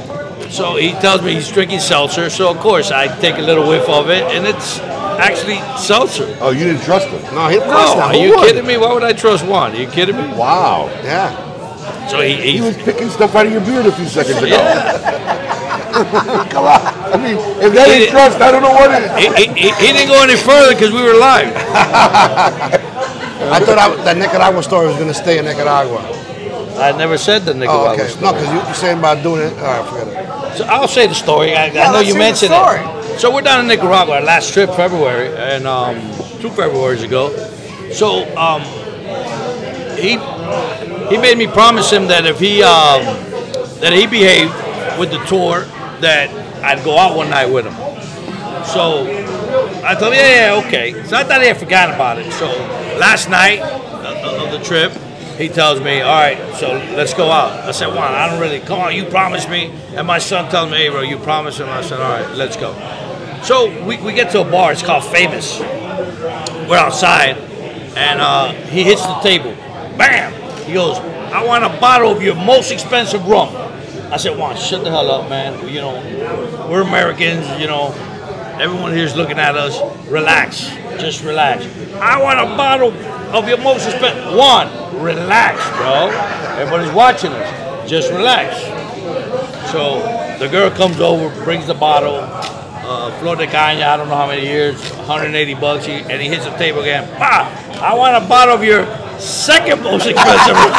So he tells me he's drinking seltzer. So of course I take a little whiff of it, and it's actually seltzer.
oh, you didn't trust him.
No, he, of course
No,
not.
are
Who
you
would?
kidding me? Why would I trust Juan? Are you kidding me?
Wow.
Yeah.
So he,
He
he
was picking stuff out of your beard a few seconds ago.
yeah.
Come on. I mean, if that
He-
ain't trust, I don't know what it is.
he, he, he- he didn't go any further because we were live.
I thought I, that Nicaragua story was going to stay in Nicaragua.
I never said the Nicaragua
Oh, okay.
story.
No, because you, you saying about doing it. All right, forget it.
So I'll say the story. I, I know
let's
you
hear the
mentioned
story.
it. So we're down in Nicaragua, our last trip, February, and um, two Februarys ago. So um, he he made me promise him that if he um, that he behaved with the tour, that I'd go out one night with him. So I told him, yeah, yeah, okay. So I thought he had forgotten about it. So last night of of the trip, he tells me, all right, so let's go out. I said, Juan, I don't really, come on, you promised me. And my son tells me, hey, bro, you promised him. I said, all right, let's go. So we, we get to a bar, it's called Famous. We're outside, and uh, he hits the table. Bam! He goes, I want a bottle of your most expensive rum. I said, Juan, shut the hell up, man. You know, we're Americans, you know. Everyone here's looking at us. Relax. Just relax. I want a bottle of your most expensive one. Relax, bro. Everybody's watching us. Just relax. So the girl comes over, brings the bottle. Uh, Flor de Caña, I don't know how many years, 180 bucks, he, and he hits the table again. Bah! I want a bottle of your second most expensive. Look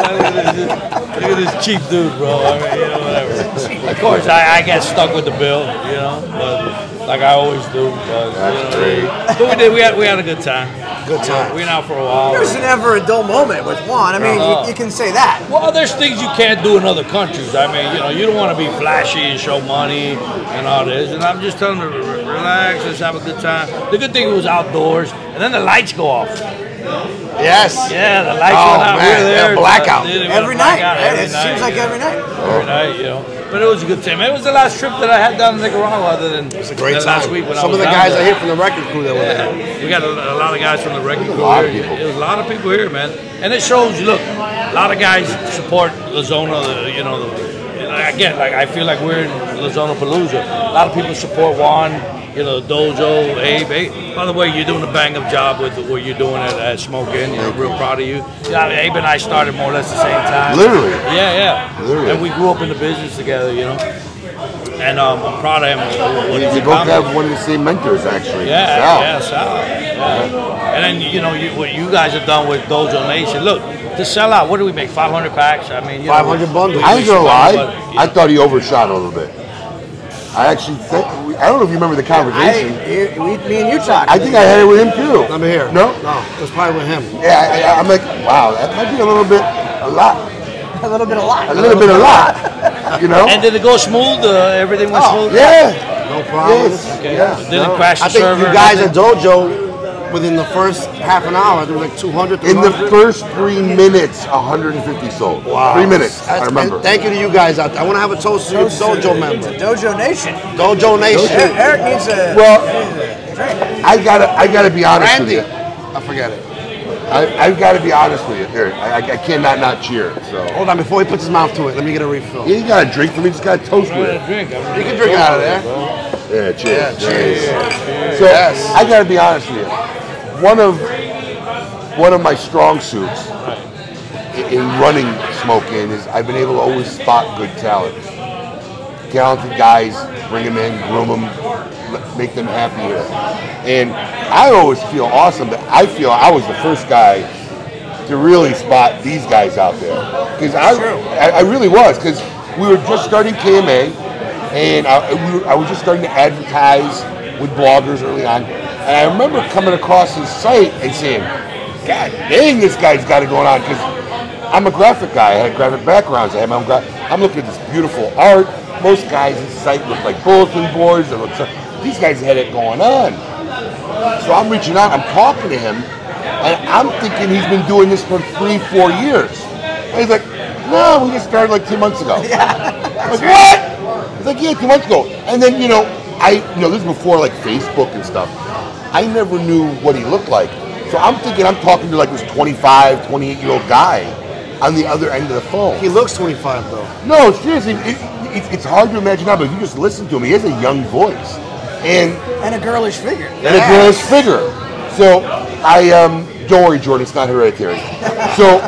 at this cheap dude, bro. I mean, you know, whatever. Of course, I, I got stuck with the bill, you know, but like I always do. But, That's great. But we did. We had we had a good time.
Good time.
We went out for a while.
There's never a dull moment with Juan. I mean,
No.
Uh-huh.
you, you can say that.
Well, there's things you can't do in other countries. I mean, you know, you don't want to be flashy and show money and all this. And I'm just telling them, "Re- relax, let's have a good time. The good thing it was outdoors, and then the lights go off.
Yes.
Yeah, the lights
Oh,
went out.
man,
we were there.
a blackout.
Dude, it was
Every
a
night.
blackout
It
every
seems
night.
like every night.
every night, you know. But it was a good time. It was the last trip that I had down in Nicaragua, other than
It's a great
the
time.
last week when I
Some
was
of the
down
guys
there.
are here from the record crew that were there.
Yeah, we got a, a lot of guys from the record crew.
lot of
here.
people.
There's a lot of people here, man, and it shows. Look, a lot of guys support La Zona. The, you know, the, I get like I feel like we're in La Zona Palooza. A lot of people support Juan. You know, Dojo, Abe. Abe. By the way, you're doing a bang up job with what you're doing at, at Smoking. You know, real proud of you. Yeah, I mean, Abe and I started more or less the same time.
Literally.
Yeah, yeah.
Literally.
And we grew up in the business together, you know. And um, I'm proud of him. What- what
We,
he's
we both
accomplished.
have one of the same mentors, actually.
Yeah,
Sal.
yeah, Sal. Yeah. And then you know you, what you guys have done with Dojo Nation. Look, to sell out, what do we make? Five hundred packs. I mean, you know,
500 bundles.
I ain't gonna
but,
lie.
you
I thought he overshot a little bit. I actually think I don't know if you remember the conversation.
I, you- we, me and you talked.
I, think I had it with him too.
Let me hear.
No.
No, it's probably with him.
Yeah, I, I, I'm like, wow, that might be a little bit, a lot,
a little bit of
a
lot.
little bit, a lot. You know.
know. And did it go smooth? Uh, everything went smooth.
yeah.
No problem.
Yes.
Okay.
Oh, Yeah.
Did it crash the
I think
server?
you guys at Dojo, within the first half an hour, there were like 200.
In the
300.
first three minutes, 150 sold.
Wow.
Three minutes. I
That's-
remember.
Thank you to you guys out there. I want to have a toast to you, Dojo member.
Dojo Nation.
Dojo Nation.
Eric Eric needs a
Well,
drink.
I gotta, I gotta be honest
Randy.
with you.
I forget it.
I, I've gotta be honest with you. Here, I, I cannot not cheer. So
Hold on, before he puts his mouth to it, let me get a refill.
you ain't got a drink for me. Just got a toast with it.
Drink. I mean,
You can drink it out of there.
Yeah, cheers.
Yeah, cheers.
So
Yes.
I gotta be honest with you. One of one of my strong suits i- in running smoke in is I've been able to always spot good talent. Talented guys, bring them in, groom them, make them happy here. And I always feel awesome that I feel I was the first guy to really spot these guys out there because I, I I really was because we were just starting KMA and I, we were, I was just starting to advertise with bloggers early on and I remember coming across his site and saying God dang this guy's got it going on because I'm a graphic guy I had graphic backgrounds I had my own gra- I'm looking at this beautiful art most guys' in site look like bulletin boards they look so- these guys had it going on so I'm reaching out, I'm talking to him, and I'm thinking he's been doing this for three, four years. And he's like, no, we just started like two months ago. I'm like, what? He's like, yeah, two months ago. And then, you know, I, you know, this is before like Facebook and stuff. I never knew what he looked like. So I'm thinking I'm talking to like this 25, 28 year old guy on the other end of the phone.
He looks 25 though.
No, seriously, it, it, it's hard to imagine now, but if you just listen to him, he has a young voice. And
And a girlish figure.
and a girlish figure. So I um, don't worry, Jordan, it's not hereditary. So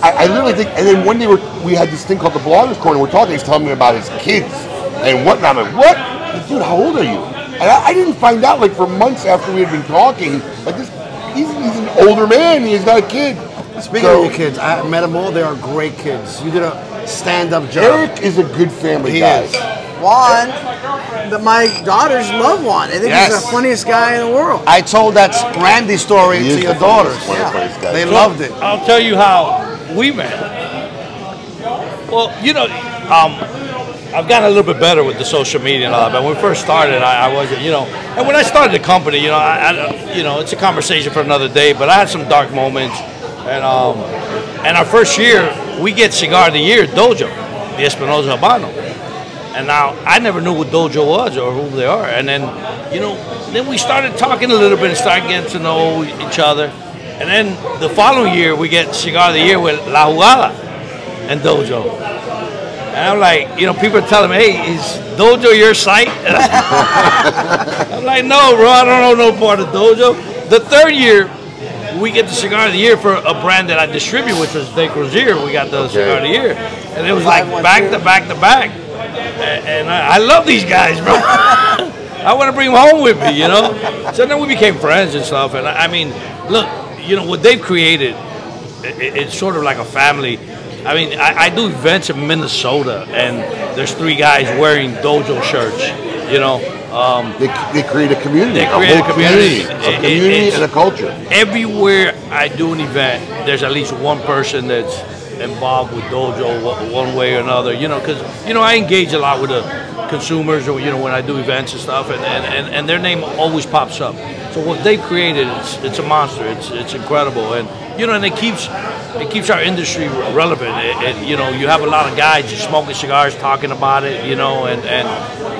I, I literally think, and then one day we're, we had this thing called the Bloggers Corner. We're talking. He's telling me about his kids and whatnot. I'm like, what? Like, Dude, how old are you? And I, I didn't find out like for months after we had been talking. Like this, he's, he's an older man. He's got a kid.
Speaking
So-
of your kids, I met them all. They are great kids. You did a stand-up job.
Eric is a good family
He
guy.
is.
Juan, that my daughters love Juan. I think he's
Yes.
the funniest guy in the world.
I told that Randy story
He is
to your
the funniest-
daughters.
one of the funniest guys.
They loved it.
I'll tell you how we met. Well, you know, um, I've gotten a little bit better with the social media and all that. But when we first started, I, I wasn't, you know. And when I started the company, you know, I, I, you know, it's a conversation for another day. But I had some dark moments, and um, and our first year, we get cigar of the year dojo, the Espinosa Habano. And now I never knew what Dojo was or who they are. And then, you know, then we started talking a little bit and started getting to know each other. And then the following year, we get Cigar of the Year with La Jugada and Dojo. And I'm like, you know, people are telling me, hey, is Dojo your site? I'm like, no, bro, I don't know no part of Dojo. The third year, we get the Cigar of the Year for a brand that I distribute, which was De Crozier. We got the Cigar of the Year. And it was like back to back to back and I, I love these guys, bro. I want to bring them home with me, you know. So then we became friends and stuff. And I, I mean, look, you know what they've created. i i- it's sort of like a family. I mean, I, I do events in Minnesota, and there's three guys wearing dojo shirts, you know. Um,
They, they create a community.
They create a
whole
community. It-
A
it-
community
it's-
and a culture.
everywhere I do an event, there's at least one person that's involved with dojo o- one way or another. You know, because you know I engage a lot with the consumers, or you know when I do events and stuff, and and, and, and their name always pops up. So what they've created, it's, it's a monster. It's it's incredible, and you know, and it keeps it keeps our industry relevant. It, it, you know, you have a lot of guys just smoking cigars, talking about it. You know, and and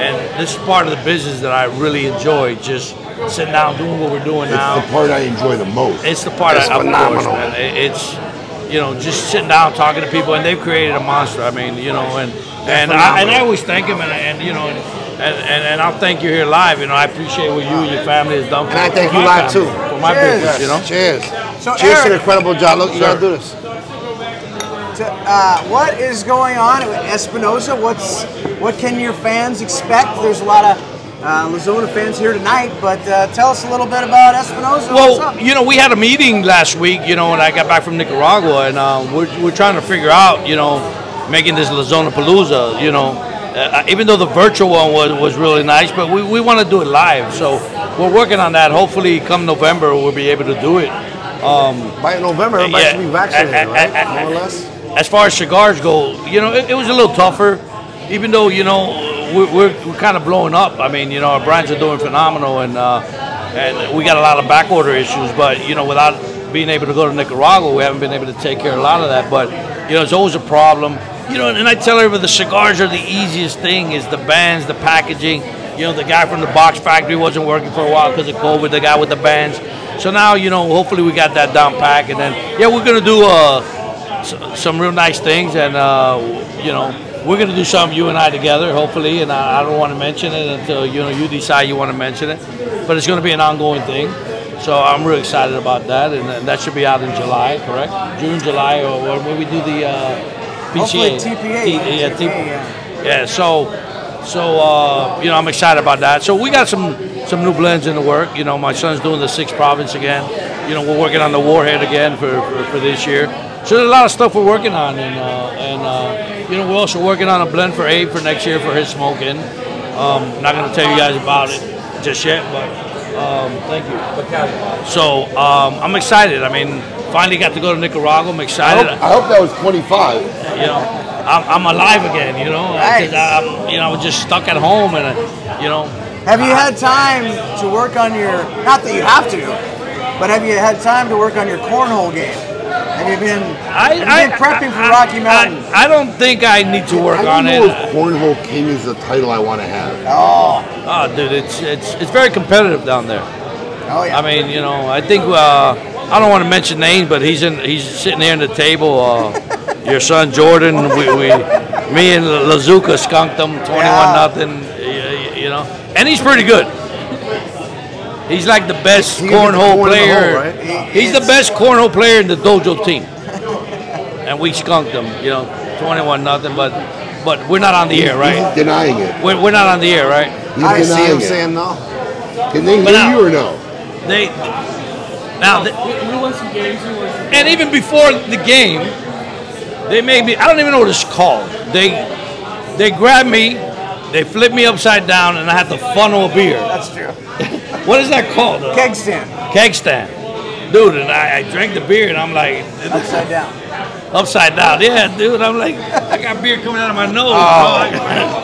and this is part of the business that I really enjoy. Just sitting down, doing what we're doing now.
It's the part I enjoy the most.
It's the part
It's
I, of course,
phenomenal.
man. It- It's you know just sitting down talking to people, and they've created a monster. I mean, you know, and and I, and I always thank them, and, and you know, and, and and I'll thank you here live. You know, I appreciate what you and your family has done. for
And I
for
thank
my
you live
family,
too.
for my
Cheers.
business. You know,
Cheers.
So,
Cheers to
Eric-
an incredible job. Look, you gotta do this.
So, uh, what is going on with Espinosa? What's what can your fans expect? There's a lot of uh, Lazona fans here tonight, but uh, tell us a little bit about Espinosa. What's
Well,
up?
you know, we had a meeting last week, you know, and I got back from Nicaragua, and uh, we're, we're trying to figure out, you know, making this La Zona Palooza, you know, uh, even though the virtual one was, was really nice, but we, we want to do it live. So we're working on that. Hopefully, come November, we'll be able to do it.
By November, everybody
Yeah.
should be vaccinated,
Uh, uh,
right?
uh, uh,
More or less.
As far as cigars go, you know, it, it was a little tougher, even though, you know, we're, we're, we're kind of blowing up. I mean, you know, our brands are doing phenomenal, and uh, and we got a lot of back order issues, but, you know, without being able to go to Nicaragua, we haven't been able to take care of a lot of that, but, you know, it's always a problem. You know, and I tell everybody the cigars are the easiest thing is the bands, the packaging. You know, the guy from the box factory wasn't working for a while because of COVID, the guy with the bands. So now, you know, hopefully we got that down pack, and then, yeah, we're going to do uh, a s- some real nice things, and uh, you know, we're gonna do something you and I together, hopefully. And I, I don't want to mention it until you know you decide you want to mention it, but it's gonna be an ongoing thing. So I'm really excited about that, and, and that should be out in July, correct? June, July, or when, when we do the uh, PCA.
Hopefully TPA,
yeah,
TPA,
T-
yeah.
yeah, So, so uh, you know, I'm excited about that. So we got some some new blends in the work. You know, my son's doing the sixth province again. You know, we're working on the warhead again for, for, for this year. So there's a lot of stuff we're working on, and uh, and uh, you know, we're also working on a blend for Abe for next year for his smoking. Um, not gonna tell you guys about it just yet, but. Um, thank you. So um, I'm excited. I mean, finally got to go to Nicaragua. I'm
I
excited
hope, I hope that was 25.
you know, I'm, I'm alive again, you know,
Nice.
because I'm, you know, I was just stuck at home and, I, you know,
Have you had time to work on your? Not that you have to, but have you had time to work on your cornhole game? Have you been,
I,
have you
I
been prepping for
I-
Rocky
I-
Mountain?
I, don't think I need to work
I don't
on
know
it.
if Cornhole King is the title I want to have.
Oh, dude, it's it's it's very competitive down there.
oh yeah.
I mean, you know, I think uh, I don't want to mention names, but he's in he's sitting here at the table. Uh, your son Jordan, we, we me and Lazuka skunked him twenty-one
Yeah.
nothing. y- You know, and he's pretty good. He's like the best
He can get the
cornhole
corn in the
player.
hole, right?
He's the best cornhole player in the dojo team. and we skunked him, you know, twenty-one nothing. But but we're not on the air, right?
He's denying it.
We're, we're not on the air, right?
He's
I see
denying
him
it.
saying no.
Can they
But
hear
now-
you or no?
They now. th- and even before the game, they made me. I don't even know what it's called. They they grabbed me, they flipped me upside down, and I had to funnel a beer.
That's true.
What is that called? A
Keg stand,
keg stand, dude. And I, I drank the beer, and I'm like
upside down.
upside down. Yeah, dude. I'm like I got beer coming out of my nose. bro.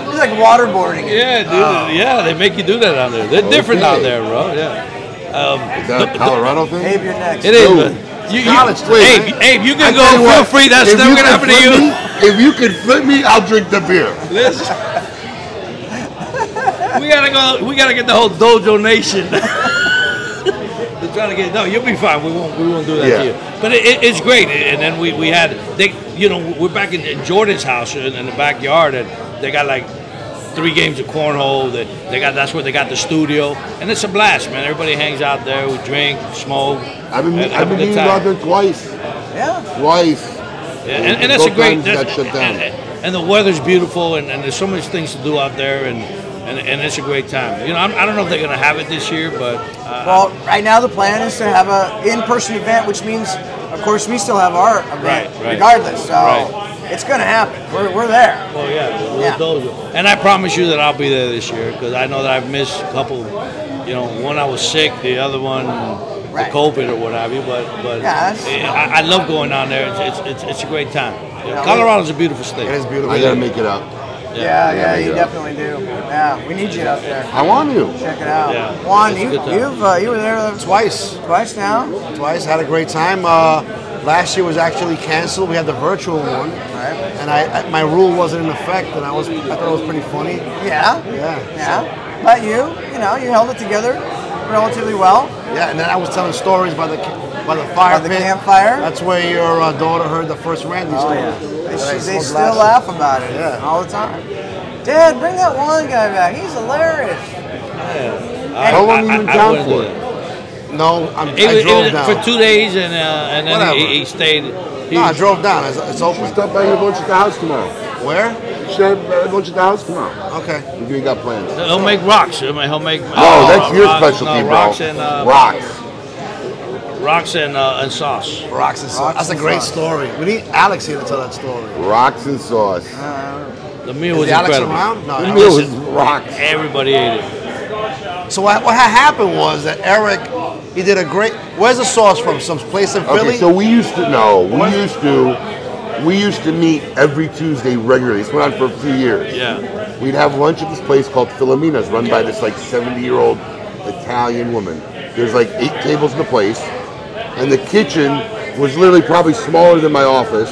It's like waterboarding. it.
yeah, dude. Yeah, they make you do that out there. They're different out there, bro. Yeah. Um,
Is that a Colorado thing?
Abe, you're next.
It is.
Dude.
but You, you,
Knowledge,
wait,
Abe,
man.
Abe, you
I
can
tell you
go. Feel
what,
free. That's
if
never
you
gonna
can
happen to
flip
you.
me- if you can flip me, I'll drink the beer.
Listen. we gotta go. We gotta get the whole dojo nation. They're trying to get no. You'll be fine. We won't. We won't do that
Yeah.
to you. But it, it, it's great. And then we, we had they. You know, we're back in, in Jordan's house in, in the backyard, and they got like three games of cornhole. They, they got that's where they got the studio, and it's a blast, man. Everybody hangs out there. We drink, smoke.
I've been, I've
have- have a
been
good
meeting
time.
out there twice.
Yeah.
Twice.
Yeah, and, and that's a
Both
great.
times
That's,
got shut down.
And, and the weather's beautiful, and, and there's so much things to do out there, and and, and it's a great time. You know, I'm, I don't know if they're gonna have it this year, but uh,
Well, right now the plan is to have a in-person event, which means, of course, we still have our event
Right, right.
regardless. So
Right.
it's going to happen. We're, we're there.
oh yeah, the Little
Yeah.
Dojo. And I promise you that I'll be there this year because I know that I've missed a couple. You know, one I was sick, the other one.
Right.
The COVID or what have you, but but
Yeah, that's-
I, I love going down there. It's it's, it's, it's a great time.
Yeah.
Colorado's a beautiful state.
It is beautiful.
I gotta make it up.
Yeah,
Yeah,
yeah,
we
you
do.
definitely do. Yeah, we need you up there.
I want you.
Check it out.
Yeah.
Juan,
It's a
you,
good time.
you've uh, you were there
Twice.
twice now.
Twice. Had a great time. Uh, last year was actually canceled. We had the virtual one.
Right.
And I, I- my rule wasn't in effect, and I was I thought it was pretty funny.
Yeah.
Yeah.
Yeah. But you, you know, you held it together relatively well.
Yeah, and then I was telling stories by the ca- by the fire
By the
pit.
campfire? Oh,
That's where your uh, daughter heard the first Randy story.
They,
That I
they
told
still laugh
last-
about it
Yeah.
all the time. Dad, bring that Juan guy back. He's hilarious.
How long you been down
wouldn't
for?
do that.
No, I'm,
It
I
was,
drove
it was
down.
for two days, and uh, and then
Whatever.
he, he stayed. He,
no, I drove down. It's, it's open.
Stop by your lunch at the house tomorrow.
Where?
You should have uh, lunch at the house tomorrow.
Okay.
If you ain't got plans.
he'll make rocks. I mean, he'll make. uh,
Oh, that's your
rocks,
specialty,
no,
bro.
Rocks and uh,
Rocks.
rocks and, uh, and sauce.
Rocks and sauce. That's a great story. We need Alex here to tell that story.
Rocks and sauce.
The meal
Is
was
Alex
incredible.
around? No.
The
Alex
meal
is-
is rocks.
Everybody ate it.
So what, what had happened was that Eric, he did a great. Where's the sauce from? Some place in Philly.
Okay, so we used to no, we used to we used to meet every Tuesday regularly. This went on for a few years.
Yeah.
We'd have lunch at this place called Filomena's, run by this like 70 year old Italian woman. There's like eight tables in the place, and the kitchen was literally probably smaller than my office,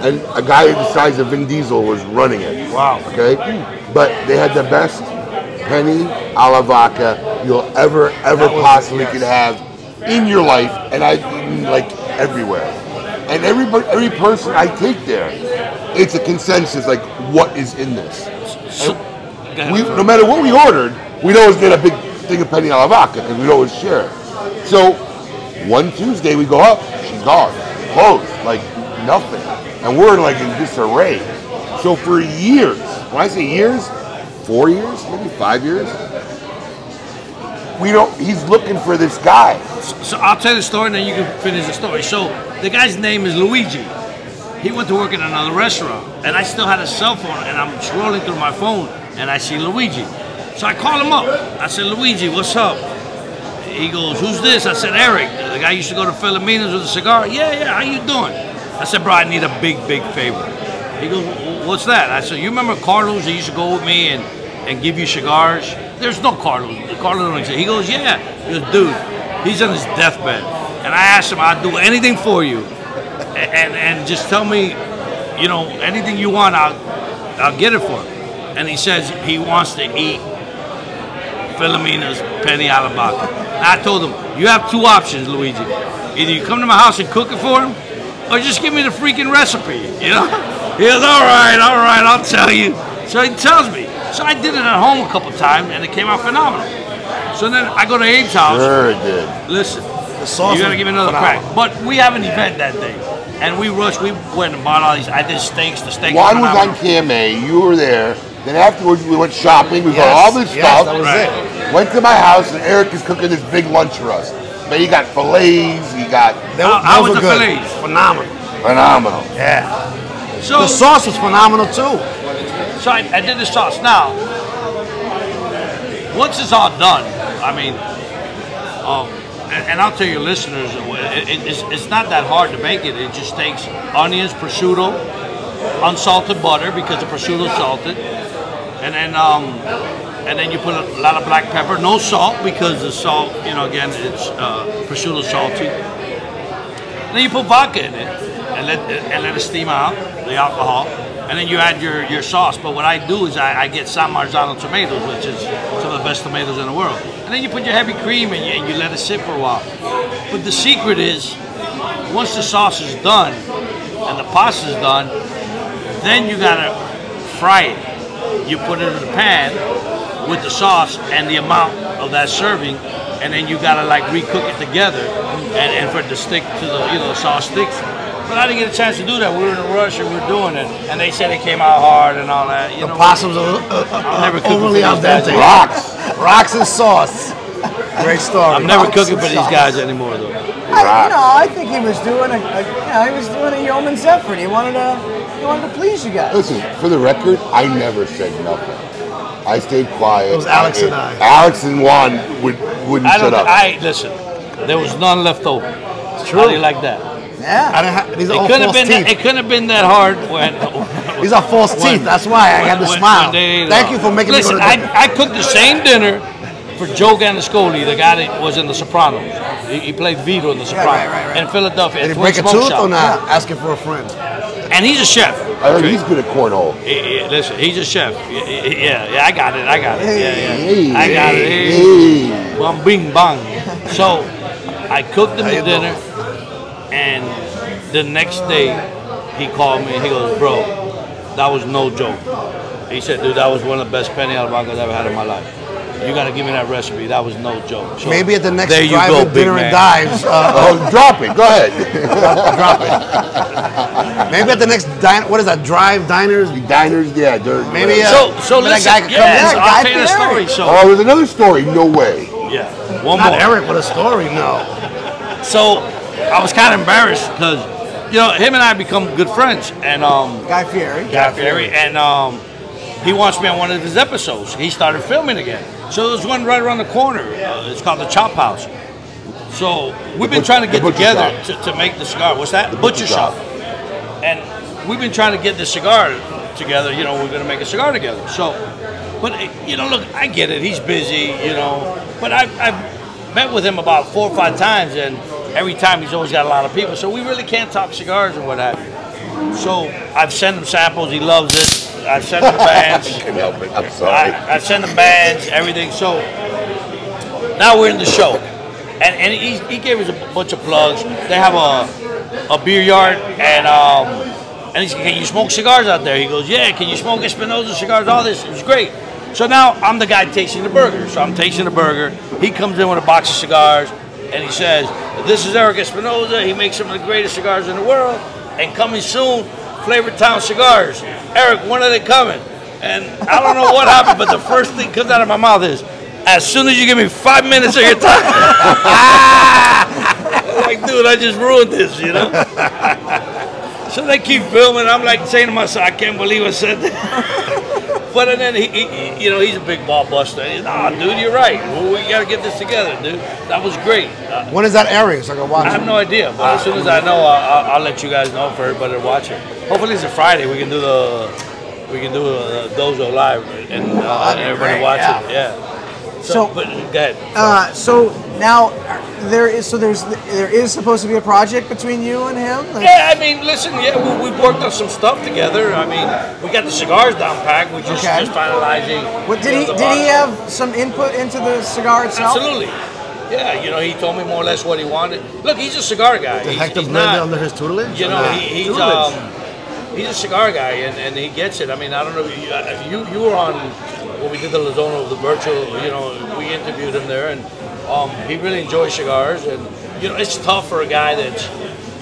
and a guy the size of Vin Diesel was running it. Wow. Okay? But they had the best penny alla vodka you'll ever, ever possibly could have in your life, and I've eaten like everywhere. And every, every person I take there, it's a consensus like, what is in this? we, no matter what we ordered, we'd always get a big thing of penne alla vodka because we'd always share. So one Tuesday we go up, she's gone, closed, like nothing, and we're like in disarray. So for years, when I say years, four years, maybe five years, we don't. He's looking for this guy.
So I'll tell the story, and then you can finish the story. So the guy's name is Luigi. He went to work at another restaurant, and I still had a cell phone, and I'm scrolling through my phone, and I see Luigi. So I call him up. I said, Luigi, what's up? He goes, who's this? I said, Eric. The guy used to go to Philomena's with a cigar. Yeah, yeah, how you doing? I said, bro, I need a big, big favor. He goes, "Wh- what's that? I said, you remember Carlos? He used to go with me and, and give you cigars? There's no Carlos. Carlos don't exist. He goes, yeah. He goes, dude, he's on his deathbed. And I asked him, I'll do anything for you. A- And, and just tell me, you know, anything you want, I'll, I'll get it for him. And he says he wants to eat Philomena's penny alabaca. I told him, you have two options, Luigi. Either you come to my house and cook it for him, or just give me the freaking recipe, you know? He goes, all right, all right, I'll tell you. So he tells me. So I did it at home a couple times, and it came out phenomenal. So then I go to Abe's house.
Sure, did.
Listen,
sauce
you gotta
is
give me another
phenomenal.
crack. But we have an event that day, and we rushed. We went and bought all these. I did steaks. The steaks.
Juan
were
was on
phenomenal.
KMA. You were there. Then afterwards, we went shopping. We got
Yes,
all this
yes,
stuff.
that was
it. Went to my house, and Eric is cooking this big lunch for us. But he got fillets. He got
They-
How- how
those were
was the
good.
fillets?
Phenomenal.
phenomenal.
Yeah.
So
The sauce was phenomenal too.
So I, I did the sauce. Now, once it's all done, I mean, um, and, and I'll tell your listeners, uh, it, it, it's, it's not that hard to make it. It just takes onions, prosciutto, unsalted butter because the prosciutto's salted, and then um, and then you put a lot of black pepper, no salt because the salt, you know, again, it's uh, prosciutto salty. Then you put vodka in it and let and let it steam out the alcohol, and then you add your, your sauce. But what I do is I, I get San Marzano tomatoes, which is some of the best tomatoes in the world. And then you put your heavy cream in and you let it sit for a while. But the secret is, once the sauce is done and the pasta is done, then you gotta fry it. You put it in the pan with the sauce and the amount of that serving, and then you gotta like recook it together and, and for it to stick to the you know the sauce sticks. But I didn't get a chance to do that. We were in a rush and we were doing it, and they said it came out hard and all that.
The
You know,
pasta was a little, uh, uh,
I'm never
uh,
cooking
overly
for
al
these guys.
dente.
Rocks.
Rocks and sauce. Great story.
I'm never cooking for these guys anymore though.
I, you know, I think he was doing a, a you know, he was doing a yeoman's effort. He wanted to he wanted to please you guys.
Listen, for the record, I never said nothing. I stayed quiet.
It was Alex and I.
Alex and Juan would wouldn't
I
shut
don't.
up.
I listen. There was none left over. How do you like that?
Yeah.
I didn't have, these are
It
all
couldn't have
false
been. That,
teeth.
it couldn't have been that hard when
These are false teeth. That's why I had to
When-
smile.
when they, uh,
Thank you for making
Listen,
me go to
I, I cooked the same dinner for Joe Ganascoli, the guy that was in The Sopranos. He, he played Vito in The Sopranos
right, right,
in Philadelphia.
Did
at
he
Twin
break a
Smoke
tooth
Shop.
or not? Asking for a friend.
And he's a chef.
I heard he's good at cornhole.
He- he- listen, he's a chef. Yeah, yeah, yeah, I got it. I got it. Yeah,
Hey,
yeah. I got it.
hey.
Hey. Bum, bing, bang. So I cooked him the dinner, and the next day he called me. He goes, Bro, that was no joke. He said, Dude, that was one of the best penne al vacas I've ever had in my life. You got to give me that recipe. That was no joke. So
Maybe at the next
there you go,
drive-in
big
dinner and
man.
dives. Uh,
Oh, drop it. Go ahead.
drop it. Maybe at the next din- what is that? Drive diners.
Diners, yeah. they're-
Maybe, uh,
So, so
That guy
listen,
could come
yeah,
in.
I'll
Guy
tell you the
Fieri. Oh.
story. So,
Oh, there's another story. No way.
yeah, one
Not
more.
Eric with a story. No.
So I was kind of embarrassed because, you know, him and I become good friends. And um,
Guy Fieri.
Guy Fieri, and um, he wants me on one of his episodes. He started filming again. So there's one right around the corner. Uh, it's called the Chop House. So we've been
butch-
trying to
the
get
butcher
together to, to make the cigar. What's that? The
butcher shop.
And we've been trying to get this cigar together. You know, we're going to make a cigar together. So, but eh, you know, look, I get it. He's busy. You know, but I've, I've met with him about four or five times, and every time he's always got a lot of people. So we really can't talk cigars and what have you. So I've sent him samples. He loves it. I've sent him bands.
Couldn't help it. I'm sorry.
I, I've sent him bands, everything. So now we're in the show, and and he, he gave us a bunch of plugs. They have a a beer yard, and um, and he said, "Can you smoke cigars out there?" He goes, "Yeah." Can you smoke Espinosa cigars? All this it was great. So now I'm the guy tasting the burger. So I'm tasting the burger. He comes in with a box of cigars, and he says, "This is Eric Espinosa. He makes some of the greatest cigars in the world, and coming soon, Flavor Town Cigars. Eric, when are they coming?" And I don't know what happened, but the first thing comes out of my mouth is, as soon as you give me five minutes of your time, I'm like, dude, I just ruined this, you know? so they keep filming. I'm like saying to myself, I can't believe I said that. but and then, he, he- he, you know, he's a big ball buster. He's, nah, dude, you're right. Well, we got to get this together, dude. That was great. Uh,
When is that airing? So I can watch.
I have
it.
no idea, but as soon as I know, I'll, I'll, I'll let you guys know for everybody to watch it. Hopefully, it's a Friday. We can do the we can do the dozo live and uh,
Oh, be
everybody
great,
watch
yeah.
it. Yeah.
So-
So, but go ahead.
Uh, so now there is so there's there is supposed to be a project between you and him. Like,
Yeah, I mean, listen, yeah, we, we've worked on some stuff together. I mean, we got the cigars down packed. We're just,
Okay.
just finalizing.
What did
you
he
know, the
did he uh,
box.
have some input into the cigar itself?
Absolutely. Yeah, you know, he told me more or less what he wanted. Look, he's a cigar guy.
Did
he's,
Hector
he's
Blender
not,
under his tutelage?
You
or
know,
not?
he, he's um, he's a cigar guy, and, and he gets it. I mean, I don't know if you, uh, you you were on when we did the Lozano of the virtual. You know, we interviewed him there, and um, he really enjoys cigars. And you know, it's tough for a guy that's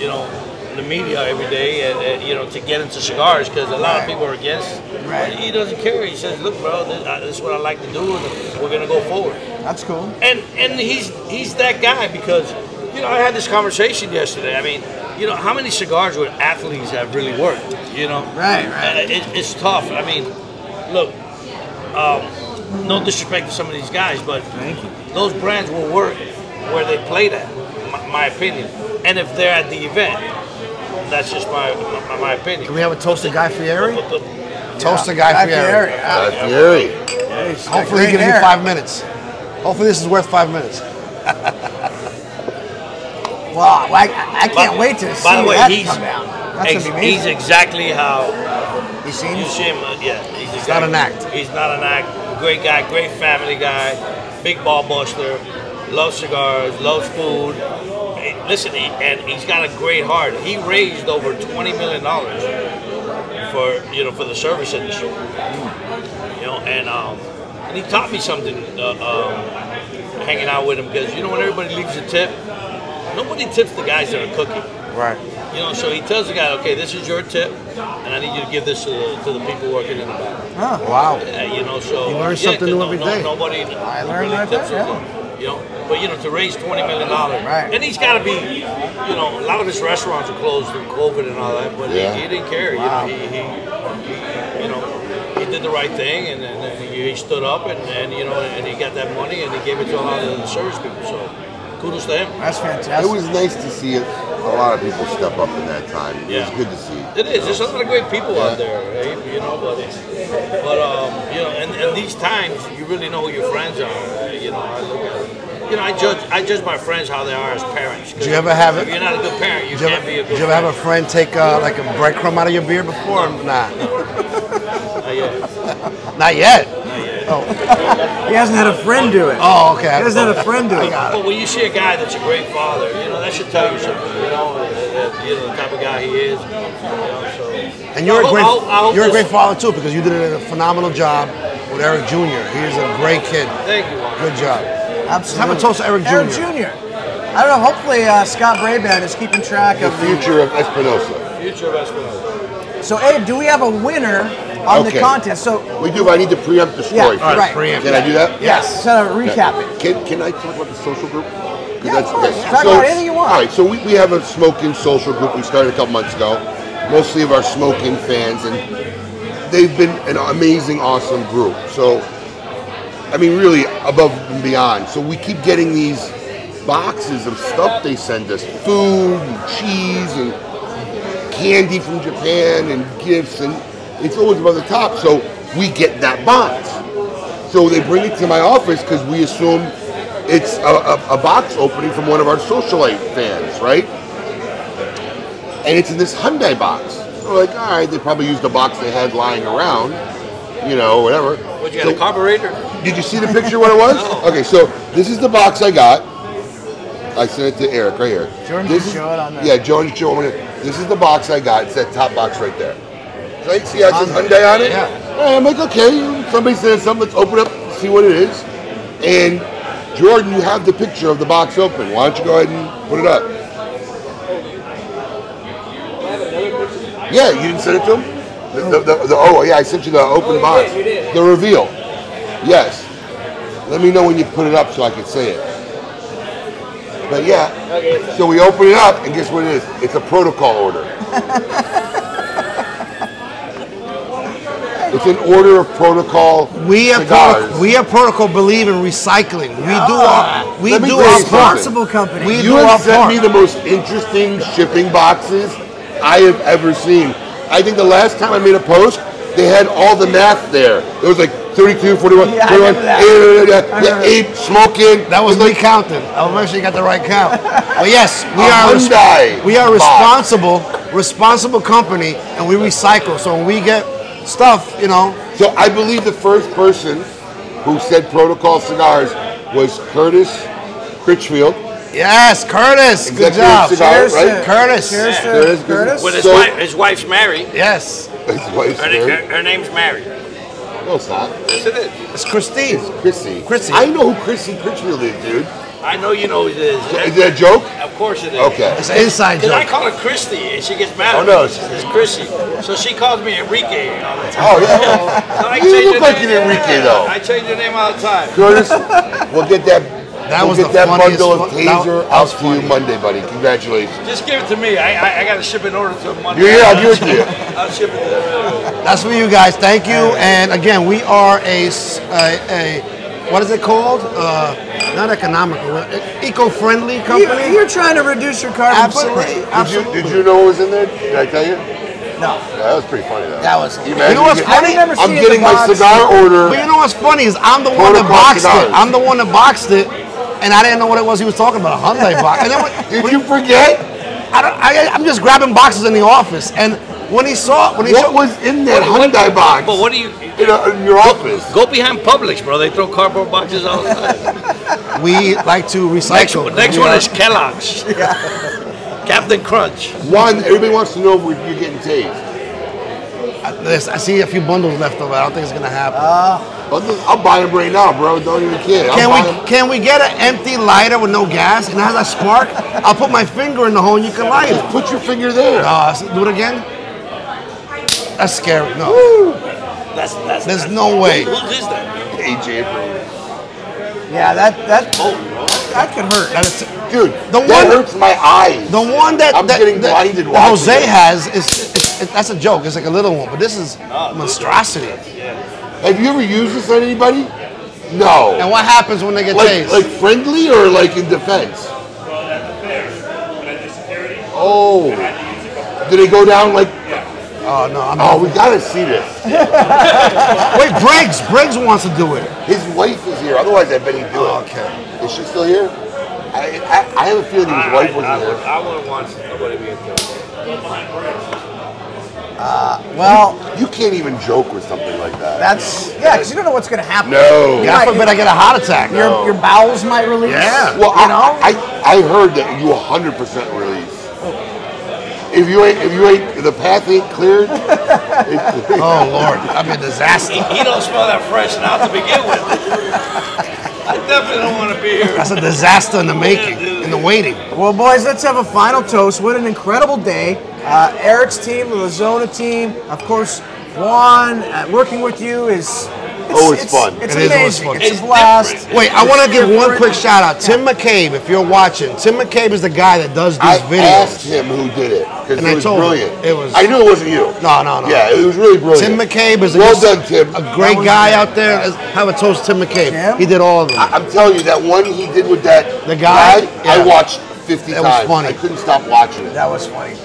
you know in the media every day, and, and you know to get into cigars because a lot of people are against. Right. He doesn't care. He says, "Look, bro, this, uh, this is what I like to do, and we're gonna go forward."
That's cool.
and and he's he's that guy because you know I had this conversation yesterday. I mean, you know how many cigars would athletes have really worked? You know,
Right,
Uh, It, it's tough. I mean, look, um, no disrespect to some of these guys, but those brands will work where they play that, my, my opinion. And if they're at the event, that's just my my, my
Can
opinion.
we have a toasted Guy Fieri?
But the-
Toasted Guy,
Guy
Fieri.
Fieri.
That's Fury.
Hopefully he
Great
gives me
hair.
five minutes. Hopefully this is worth five minutes.
Wow, I, I I can't
By-
wait to see
By the way,
that
he's
come down. That's
ex-
gonna be
he's
amazing.
exactly how
He
You
seems
see him, uh, yeah. He's, exactly,
not an act.
He's not an act. Great guy, great family guy, big ball buster, loves cigars, loves food. Hey, Listen, he, and he's got a great heart. He raised over twenty million dollars for you know for the service industry. You know, and um, and he taught me something uh, um, hanging out with him because you know when everybody leaves a tip, nobody tips the guys that are cooking. You know, so he tells the guy, okay, this is your tip, and I need you to give this to the, to the people working in the back.
huh.
Wow.
Uh, you know, so
You learn something new every
every day.
day.
Nobody.
I learned that
tips
there,
or
yeah.
something, You know, but you know, to raise twenty million dollars,
Right.
and he's got to be, you know, a lot of his restaurants are closed through COVID and all that, but he-
Yeah.
he, didn't care. You know, he, he, he, you know, he did the right thing, and, and, and he stood up, and, and you know, and he got that money, and he gave it to a lot of the service people. So, kudos to him.
That's
It
fantastic.
was nice to see a lot of people step up in that time. It
Yeah.
was good to see.
It is. There's a lot of great people out there. eh? know, but but um, you know, and, and these times you really know who your friends are. Uh, you know, I look at, you know, I judge I judge my friends how they are as parents. 'cause
Did you ever have
if
it-
You're not a good parent. You
Did you,
can't
ever,
be a good.
did you ever have a friend take uh, like a breadcrumb out of your beer before? or Nah,
friend. Uh, yeah.
not yet.
He hasn't had a friend do it.
Oh, okay.
He hasn't had a friend do it.
But when you see a guy that's a great father, you know that should tell you something. You know, that, that, you know the type of guy he is. You know, so.
And you're
I
a
hope-
great,
I hope- I hope
you're a
this-
great father too because you did a phenomenal job with Eric Jr. He is a great kid.
Thank you.
Good job.
Absolutely.
Have a toast to Eric
Eric
Jr..
Jr. I don't know. Hopefully, uh, Scott Braban is keeping track
The
of
future of Espinosa.
Future of Espinosa.
So, Abe, do we have a winner on the
Okay.
contest? So,
We do, but I need to preempt the
yeah,
story. first.
right.
preempt.
Can I do that?
Yes. So, recap it.
Can, can I talk about the social group? 'Cause
Yeah, of course. Talk about anything you want.
All right, so we, we have a smoking social group we started a couple months ago, mostly of our smoking fans, and they've been an amazing, awesome group. So, I mean, really above and beyond. So we keep getting these boxes of stuff they send us food and cheese and candy from Japan and gifts, and it's always above the top. So we get that box. So they bring it to my office because we assume it's a, a, a box opening from one of our socialite fans, right? And it's in this Hyundai box. So we're like, all right, they probably used the box they had lying around, you know, whatever.
What you
So-
got? A carburetor?
did you see the picture what it was? Okay, so this is the box I got. I sent it to Eric right here.
Jordan
this
can show it on there.
Yeah, Jordan can show it. This is the box I got. It's that top box right there. So you see how it says Hyundai on it?
Yeah.
And I'm like, okay, somebody says something, let's open up, see what it is. And Jordan, you have the picture of the box open. Why don't you go ahead and put it up? Yeah, you didn't send it to him? The, the, the, the- oh, yeah, I sent you the open box. The reveal. Yes. Let me know when you put it up so I can say it. But yeah, so we open it up, and guess what it is? It's a protocol order. it's an order of protocol.
We at
cigars.
protocol, we at protocol believe in recycling. We do our we
Let me
do
tell you
our
something.
part.
Responsible company.
We
you
do our
have sent
part.
me the most interesting shipping boxes I have ever seen. I think the last time I made a post, they had all the math there. It was like 32, 41,
Yeah, I
41,
remember that.
eh, eh, eh, eh,
I
yeah,
remember.
eight, smoking.
That was me counting. I make sure Oh, you got the right count. But yes, we
A
are res-
Hyundai
we are
box.
responsible, responsible company, and we recycle. So when we get stuff, you know,
So I believe the first person who said protocol cigars was Curtis Critchfield.
yes, Curtis, good
Executive
job,
cigar,
Cheers
right?
to-
Curtis.
Cheers to
Curtis.
Curtis.
With
But his,
So-
wife, his wife's Mary.
Yes,
His wife's
Her,
name-
her, her name's Mary.
No, it's not.
Yes, it is.
it's Christine.
It's Chrissy.
Chrissy.
I know who Chrissy Critchfield is, dude.
I know you know who it is.
Is that a joke?
Of course it is.
Okay.
It's an inside
Because I
joke.
call her Christy, and she gets mad.
Oh,
at
no,
me.
it's-
it's Christy. So she calls me Enrique all the time.
Oh, yeah.
So I
You
change
look
her
like
name.
an Enrique,
Yeah,
though.
I change your name all the time.
Curtis, we'll get that.
That
we'll
was
get
the
that
funniest
bundle of
fu- that-
taser
that
out
was
to you Monday, buddy. Congratulations.
Just give it to me. I I, I got to ship an order to Monday.
Yeah, I'll give it to you.
I'll ship it to you.
That's for you guys. Thank you. And again, we are a s- a, a- what is it called? Uh, not economical, uh, eco-friendly company.
You, are trying to reduce your carbon
Absolutely.
footprint.
Did you, did you know what was in there? Did I tell you?
No,
Yeah, that was pretty funny, though.
that was.
Can you
You know what's
imagine?
I
funny?
remember
I'm
seeing
getting
the
my
box.
cigar order.
But you know what's funny is I'm the one that
Protocol
boxed it.
cigars.
I'm the one that boxed it, and I didn't know what it was he was talking about. A Hyundai box. And then when,
Did you forget?
I don't, I, I'm just grabbing boxes in the office, and when he saw when he
What
saw,
was in that Hyundai box?
But what do you?
in, a, in your office.
Go behind Publix, bro. They throw cardboard boxes all the time.
we like to
Next,
recycle.
one- next
We
one
are-
is Kellogg's. Captain Crunch.
One, everybody wants to know if you're getting tased.
I, this- I see a few bundles left over. I don't think it's gonna happen.
I'll, just- I'll buy them right now, bro. Don't even kid. I'll
can
buy
we
'em.
can we get an empty lighter with no gas and it has a spark? I'll put my finger in the hole and you can light it.
Put your finger there.
Uh, s- do it again. That's scary. No,
That's that's.
there's no way.
Who is that?
AJ, bro.
Yeah, that that that could hurt.
That is-
Dude,
The
that
one-
hurts my eyes.
The one that
I'm
that,
getting
that-
blinded
that
watching
Jose
it.
has is, is, is- that's a joke. It's like a little one, but this is monstrosity.
Have you ever used this on anybody? No.
And what happens when they get
Like,
tased?
like friendly or like in defense? Oh. Did it go down like?
Oh no! I'm,
Oh, we gotta see this.
Wait, Briggs. Briggs wants to do it.
His wife is here. Otherwise, I bet he'd do it. Okay. Is she still here? I, I, I have a feeling his wife wasn't
would-
here.
I want to watch nobody being killed.
Well,
You can't even joke with something like that.
that's yeah, because you don't know what's gonna happen.
No.
You
God
might-
forbid I get a heart attack.
Your your bowels might release.
Yeah.
Well,
you
I,
know.
I, I heard that you 100 percent release. If you ain't, if you ain't, if the path ain't cleared. it-
Oh Lord, I'm a disaster.
He don't smell that fresh now to begin with. I definitely don't want to be here.
That's a disaster in the making, in the waiting.
Well, boys, let's have a final toast. What an incredible day. Uh, Eric's team, the Lazona team, of course, Juan, uh, working with you is. It's,
Oh, it's fun.
It's
It
amazing.
is always fun.
It's,
It's
a blast.
different.
Wait, I want to give one
different.
quick shout out. Tim McCabe, if you're watching, Tim McCabe is the guy that does
I
Oh, these
asked
videos.
him who did it because
And
it
I
was
told him.
brilliant.
It was-
I knew it wasn't you.
No, no, no.
Yeah, it was really brilliant.
Tim McCabe is a,
Well done, Tim.
a great guy out there. Let's Have a toast, Tim McCabe.
Tim?
He did all of them.
I- I'm telling you, that one he did with that
The guy?
I
Yeah.
watched 50
That was
times.
funny.
I couldn't stop watching it.
That was funny.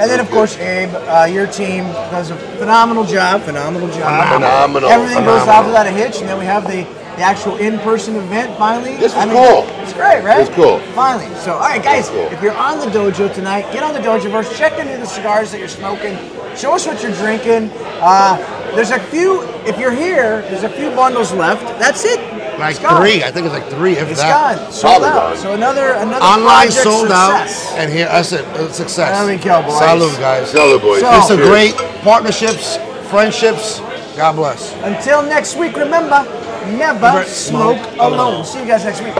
And then, of course, Abe, uh, your team does a phenomenal job. Phenomenal job.
Phenomenal,
Everything goes
phenomenal.
off without a hitch, and then we have the, the actual in-person event finally.
This is
I mean,
cool.
It's great, right?
It's cool.
Finally. So, all right, guys,
cool.
if you're on the dojo tonight, get on the dojoverse. Check into the cigars that you're smoking. Show us what you're drinking. Uh, there's a few. If you're here, there's a few bundles left. That's it.
like
it's gone.
three. I think it's like three, if
It's
that.
gone. Sold
Probably
out.
gone.
So another another
Online
project
sold
success.
out, and here that's it. uh, Success.
There we go, boys.
Salute, guys.
Tell the boys.
So-
It's a
Cheers.
great partnerships, friendships. God bless.
Until next week, remember, never
Never
smoke
smoke
alone. See you guys next week.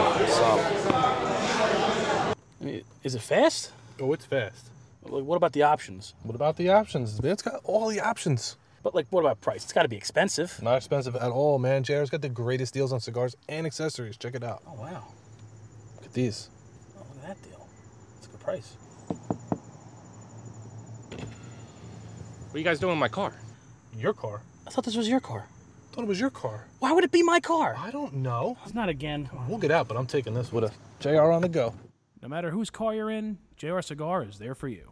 Is it fast?
Oh, it's fast.
Like, what about the options?
What about the options? Man, it's got all the options.
But like, what about price? It's got to be expensive.
Not expensive at all, man. JR's got the greatest deals on cigars and accessories. Check it out.
Oh wow,
Look at these.
oh, look at that deal. It's a good price.
What are you guys doing in my car? Your car?
I thought this was your car.
thought it was your car.
Why would it be my car?
I don't know.
It's not again.
We'll get out, but I'm taking this with a JR on the go.
No matter whose car you're in, JR Cigar is there for you.